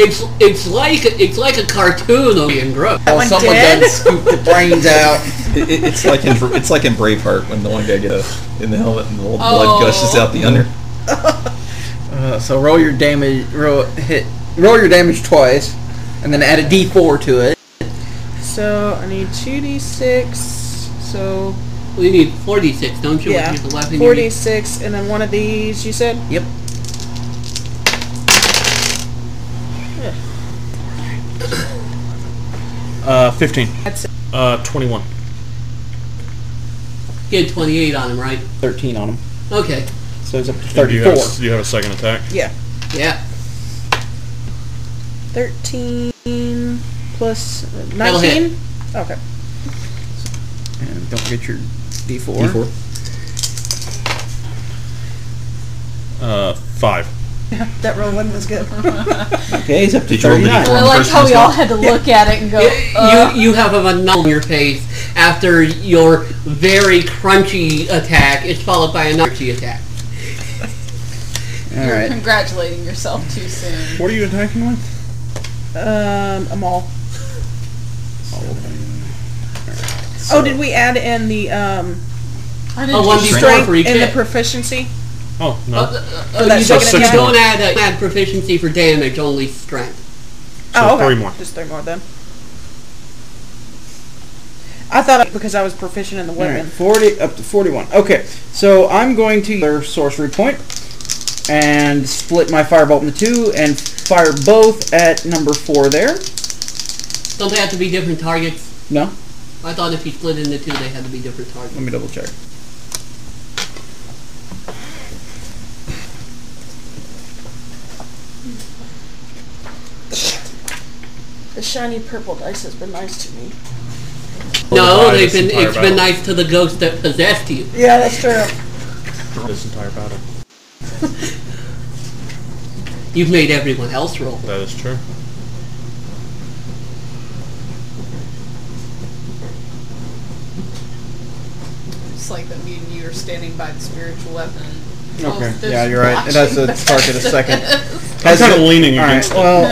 Speaker 5: It's it's like it's like a cartoon of being gross.
Speaker 8: Well,
Speaker 3: one
Speaker 8: someone
Speaker 3: dead?
Speaker 8: done scoop the brains out.
Speaker 4: It, it- it's like in it's like in Braveheart when the one guy gets in the helmet and the old blood
Speaker 7: Oh.
Speaker 4: gushes out the under.
Speaker 8: Uh, so roll your damage. Roll hit. Roll your damage twice, and then add a D4 to it.
Speaker 3: So I need two d six. So
Speaker 5: We need forty six, don't you?
Speaker 3: yeah,
Speaker 5: With the weapon you
Speaker 3: four d
Speaker 5: need?
Speaker 3: six, and then one of these. You said
Speaker 8: Yep.
Speaker 6: Uh, 15.
Speaker 3: That's it.
Speaker 6: Uh, 21.
Speaker 5: He had twenty eight on him, right?
Speaker 8: 13 on him.
Speaker 5: Okay.
Speaker 8: So it's up to
Speaker 6: Do you, have,
Speaker 8: 34.
Speaker 6: a- do you have a second attack?
Speaker 5: Yeah.
Speaker 3: thirteen plus
Speaker 5: That'll hit.
Speaker 3: nineteen. Okay.
Speaker 8: And don't forget your D4.
Speaker 4: D4.
Speaker 6: Uh, 5.
Speaker 3: That roll one was good.
Speaker 8: Okay, he's up to
Speaker 4: Did you roll the
Speaker 8: 39.
Speaker 4: D4?
Speaker 7: I
Speaker 4: One
Speaker 7: like
Speaker 4: person
Speaker 7: how
Speaker 4: as
Speaker 7: we
Speaker 4: well?
Speaker 7: all had to look at it and
Speaker 3: Oh,
Speaker 7: go. Uh,
Speaker 5: You you have a knock on your face after your very crunchy attack is followed by a crunchy attack.
Speaker 8: All
Speaker 7: you're
Speaker 8: right.
Speaker 7: congratulating yourself too soon.
Speaker 6: What are you attacking with?
Speaker 3: Um, I'm all. Oh, did we add in the um
Speaker 7: I
Speaker 5: A
Speaker 7: didn't
Speaker 5: one d
Speaker 4: Strength.
Speaker 5: four for
Speaker 3: strength
Speaker 5: each
Speaker 3: and the
Speaker 5: hit.
Speaker 3: proficiency?
Speaker 6: Oh, no.
Speaker 5: Uh, uh,
Speaker 3: that
Speaker 5: you
Speaker 3: second
Speaker 5: don't, you
Speaker 6: attack?
Speaker 5: don't add, uh, add proficiency for damage, only strength.
Speaker 6: So
Speaker 3: oh, okay.
Speaker 6: three more.
Speaker 3: Just three more then. I thought I- because I was proficient in the
Speaker 8: All right,
Speaker 3: weapon.
Speaker 8: 40 up to 41. Okay, so I'm going to their sorcery point and split my firebolt into two and fire both at number four there.
Speaker 5: Don't they have to be different targets?
Speaker 8: No?
Speaker 5: I thought if you split into two, they had to be different targets.
Speaker 8: Let me double check.
Speaker 10: The shiny purple dice has been nice to me.
Speaker 5: No,
Speaker 6: Divide
Speaker 5: they've
Speaker 6: this
Speaker 5: been.
Speaker 6: entire
Speaker 5: It's been
Speaker 6: battle.
Speaker 5: nice to the ghost that possessed you.
Speaker 10: Yeah, that's true.
Speaker 6: This entire battle.
Speaker 5: You've made everyone else roll.
Speaker 6: That is true.
Speaker 7: It's like that me and you are standing by the spiritual weapon.
Speaker 8: Okay.
Speaker 7: Both
Speaker 8: Yeah,
Speaker 7: just
Speaker 8: you're right. It has to
Speaker 7: watching
Speaker 8: start at a second.
Speaker 6: I'm kind of leaning
Speaker 8: All right.
Speaker 6: against it.
Speaker 8: Well,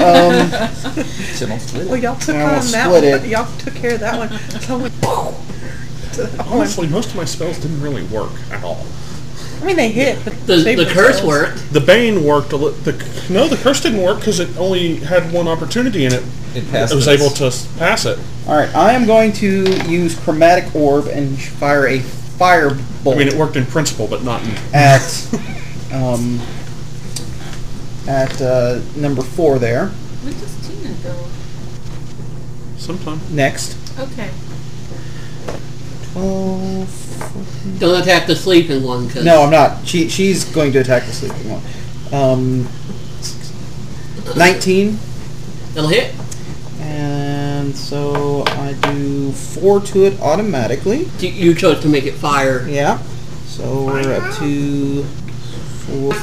Speaker 8: um,
Speaker 3: Well, y'all took
Speaker 8: I
Speaker 3: on
Speaker 8: almost
Speaker 3: that
Speaker 8: split
Speaker 3: one.
Speaker 8: it.
Speaker 3: but Y'all took care of that one. So we,
Speaker 6: Honestly, most of my spells didn't really work at all.
Speaker 3: I mean, they hit, but
Speaker 5: The,
Speaker 3: they
Speaker 5: the curse worked.
Speaker 6: The bane worked a little. The, no, the curse didn't work because it only had one opportunity in it.
Speaker 4: It passed.
Speaker 6: It was
Speaker 4: us.
Speaker 6: able to s- pass it.
Speaker 8: all right. I am going to use chromatic orb and fire a
Speaker 6: I
Speaker 8: firebolt
Speaker 6: mean, it worked in principle, but not in.
Speaker 8: at um, at uh, number four there.
Speaker 7: When does Tina go?
Speaker 6: Sometime.
Speaker 8: Next.
Speaker 7: Okay.
Speaker 8: Twelve.
Speaker 5: Don't attack the sleeping one. Cause
Speaker 8: No, I'm not. She she's going to attack the sleeping one. Um, nineteen,
Speaker 5: It'll hit.
Speaker 8: and so I do four to it automatically.
Speaker 5: You- You chose to make it fire.
Speaker 8: Yeah. So we're up to four.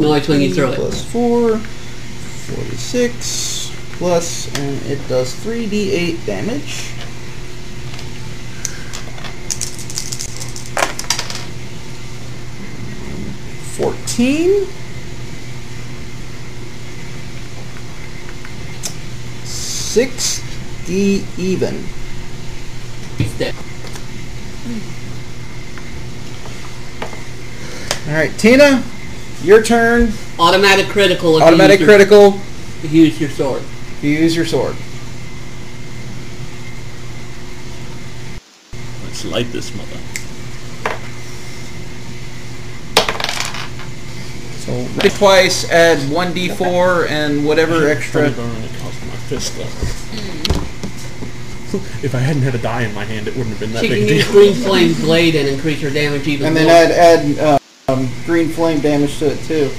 Speaker 5: No, it's when you throw
Speaker 8: 14
Speaker 5: it.
Speaker 8: Plus four, 46, plus, and it does 3d8 damage. Fourteen. Sixty even.
Speaker 5: It's dead.
Speaker 8: All right, Tina, your turn.
Speaker 5: Automatic critical. If
Speaker 8: Automatic
Speaker 5: you use your-
Speaker 8: critical.
Speaker 5: If you use your sword.
Speaker 8: You use your sword.
Speaker 6: Let's light this mother.
Speaker 8: So twice, add one d4 and whatever extra.
Speaker 6: if I hadn't had a die in my hand, it wouldn't have been that
Speaker 5: She
Speaker 6: big
Speaker 5: can
Speaker 6: a
Speaker 5: use
Speaker 6: deal.
Speaker 5: green flame blade and increase your damage even
Speaker 8: And then
Speaker 5: more.
Speaker 8: add add uh, um, green flame damage to it too.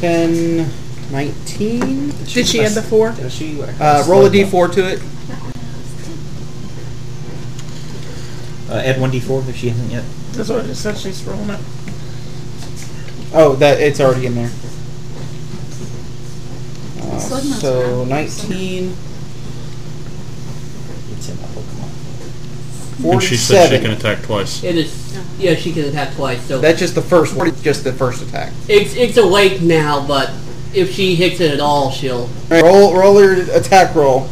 Speaker 8: 10, 19.
Speaker 3: Did she add the four?
Speaker 8: Uh, roll a d4 to it.
Speaker 2: Uh, add 1d4 if she hasn't yet.
Speaker 10: That's what I just said. She's rolling up.
Speaker 8: Oh, that it's already in there. Uh,
Speaker 9: Slug nuts
Speaker 8: so
Speaker 9: around.
Speaker 8: 19,
Speaker 2: It's in my Pokemon.
Speaker 8: 47.
Speaker 6: And she said she can attack twice.
Speaker 5: It is. Yeah, she can attack twice. So
Speaker 8: That's just the first one. Just the first attack.
Speaker 5: it's it's awake now, but if she hits it at all, she'll.
Speaker 8: All right, roll roll your attack roll.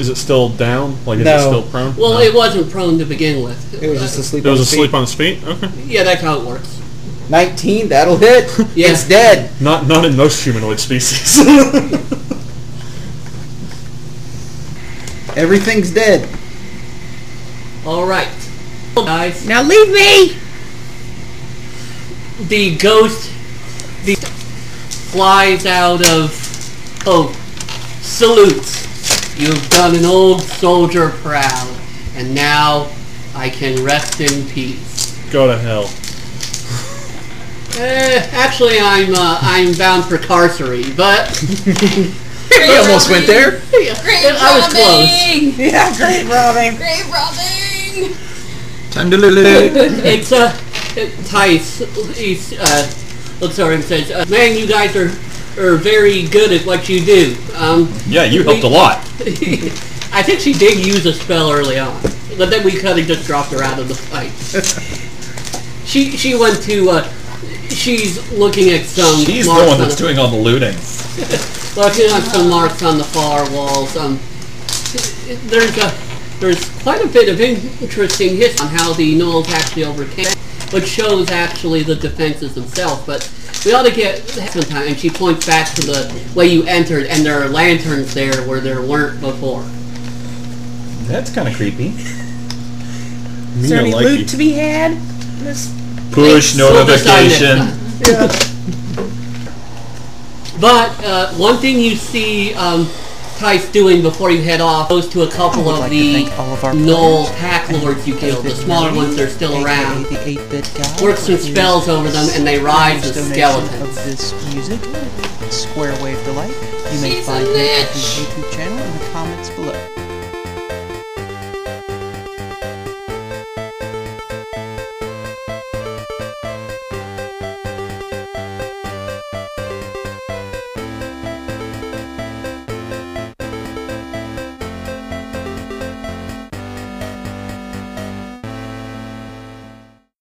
Speaker 6: Is it still down? Like, is
Speaker 8: No.
Speaker 6: it still prone?
Speaker 5: Well,
Speaker 6: No.
Speaker 5: it wasn't prone to begin with.
Speaker 8: It was just asleep.
Speaker 6: It was
Speaker 8: on its
Speaker 6: asleep
Speaker 8: feet.
Speaker 6: on its feet? Okay.
Speaker 5: Yeah, that's how it works.
Speaker 8: 19. That'll hit.
Speaker 5: Yeah.
Speaker 8: It's dead.
Speaker 6: Not not in most humanoid species.
Speaker 8: Everything's dead.
Speaker 5: All right, guys.
Speaker 3: Now leave me!
Speaker 5: The ghost, the flies out of. Oh, salutes! You've done an old soldier proud, and now I can rest in peace.
Speaker 6: Go to hell.
Speaker 5: Eh, actually, I'm uh, I'm bound for carcery, but
Speaker 8: You almost went there.
Speaker 9: Great
Speaker 5: I was close.
Speaker 9: robbing!
Speaker 3: Yeah, great, Robin.
Speaker 9: Great robbing!
Speaker 4: Time to lulu.
Speaker 5: It's uh, Tice. He's, uh, looks over and says, uh, "Man, you guys are are very good at what you do." Um,
Speaker 4: yeah, you
Speaker 5: helped a
Speaker 4: lot.
Speaker 5: I think she did use a spell early on, but then we kind of just dropped her out of the fight. she she went to. Uh, she's looking at some.
Speaker 4: She's the
Speaker 5: marks
Speaker 4: one
Speaker 5: on
Speaker 4: that's
Speaker 5: the-
Speaker 4: doing all the looting.
Speaker 5: Looking at some marks on the far walls. Um, there's a there's quite a bit of interesting history on how the Knolls actually overcame, it, which shows actually the defenses themselves. But we ought to get some time. And she points back to the way you entered, and there are lanterns there where there weren't before.
Speaker 2: That's kind of creepy.
Speaker 3: Is there
Speaker 6: Mina
Speaker 3: any
Speaker 6: like you.
Speaker 3: loot to be had? This
Speaker 4: Push
Speaker 5: We'll decide next
Speaker 4: notification.
Speaker 5: time. But uh, one thing you see um, Tice doing before you head off goes to a couple
Speaker 1: would
Speaker 5: of
Speaker 1: like to
Speaker 5: the
Speaker 1: thank all of our
Speaker 5: Knoll
Speaker 1: players
Speaker 5: pack
Speaker 1: and
Speaker 5: lords you killed, the
Speaker 1: 8-bit
Speaker 5: smaller
Speaker 1: Nelly,
Speaker 5: ones that are still
Speaker 1: aka
Speaker 5: around.
Speaker 1: The 8-bit guy
Speaker 5: Works some
Speaker 1: for his
Speaker 5: spells over them, and they rise as
Speaker 1: donation
Speaker 5: skeletons.
Speaker 1: Of this music, Square Wave Delight. You may
Speaker 5: She's a
Speaker 1: find him at
Speaker 5: lich.
Speaker 1: his YouTube channel in the comments below.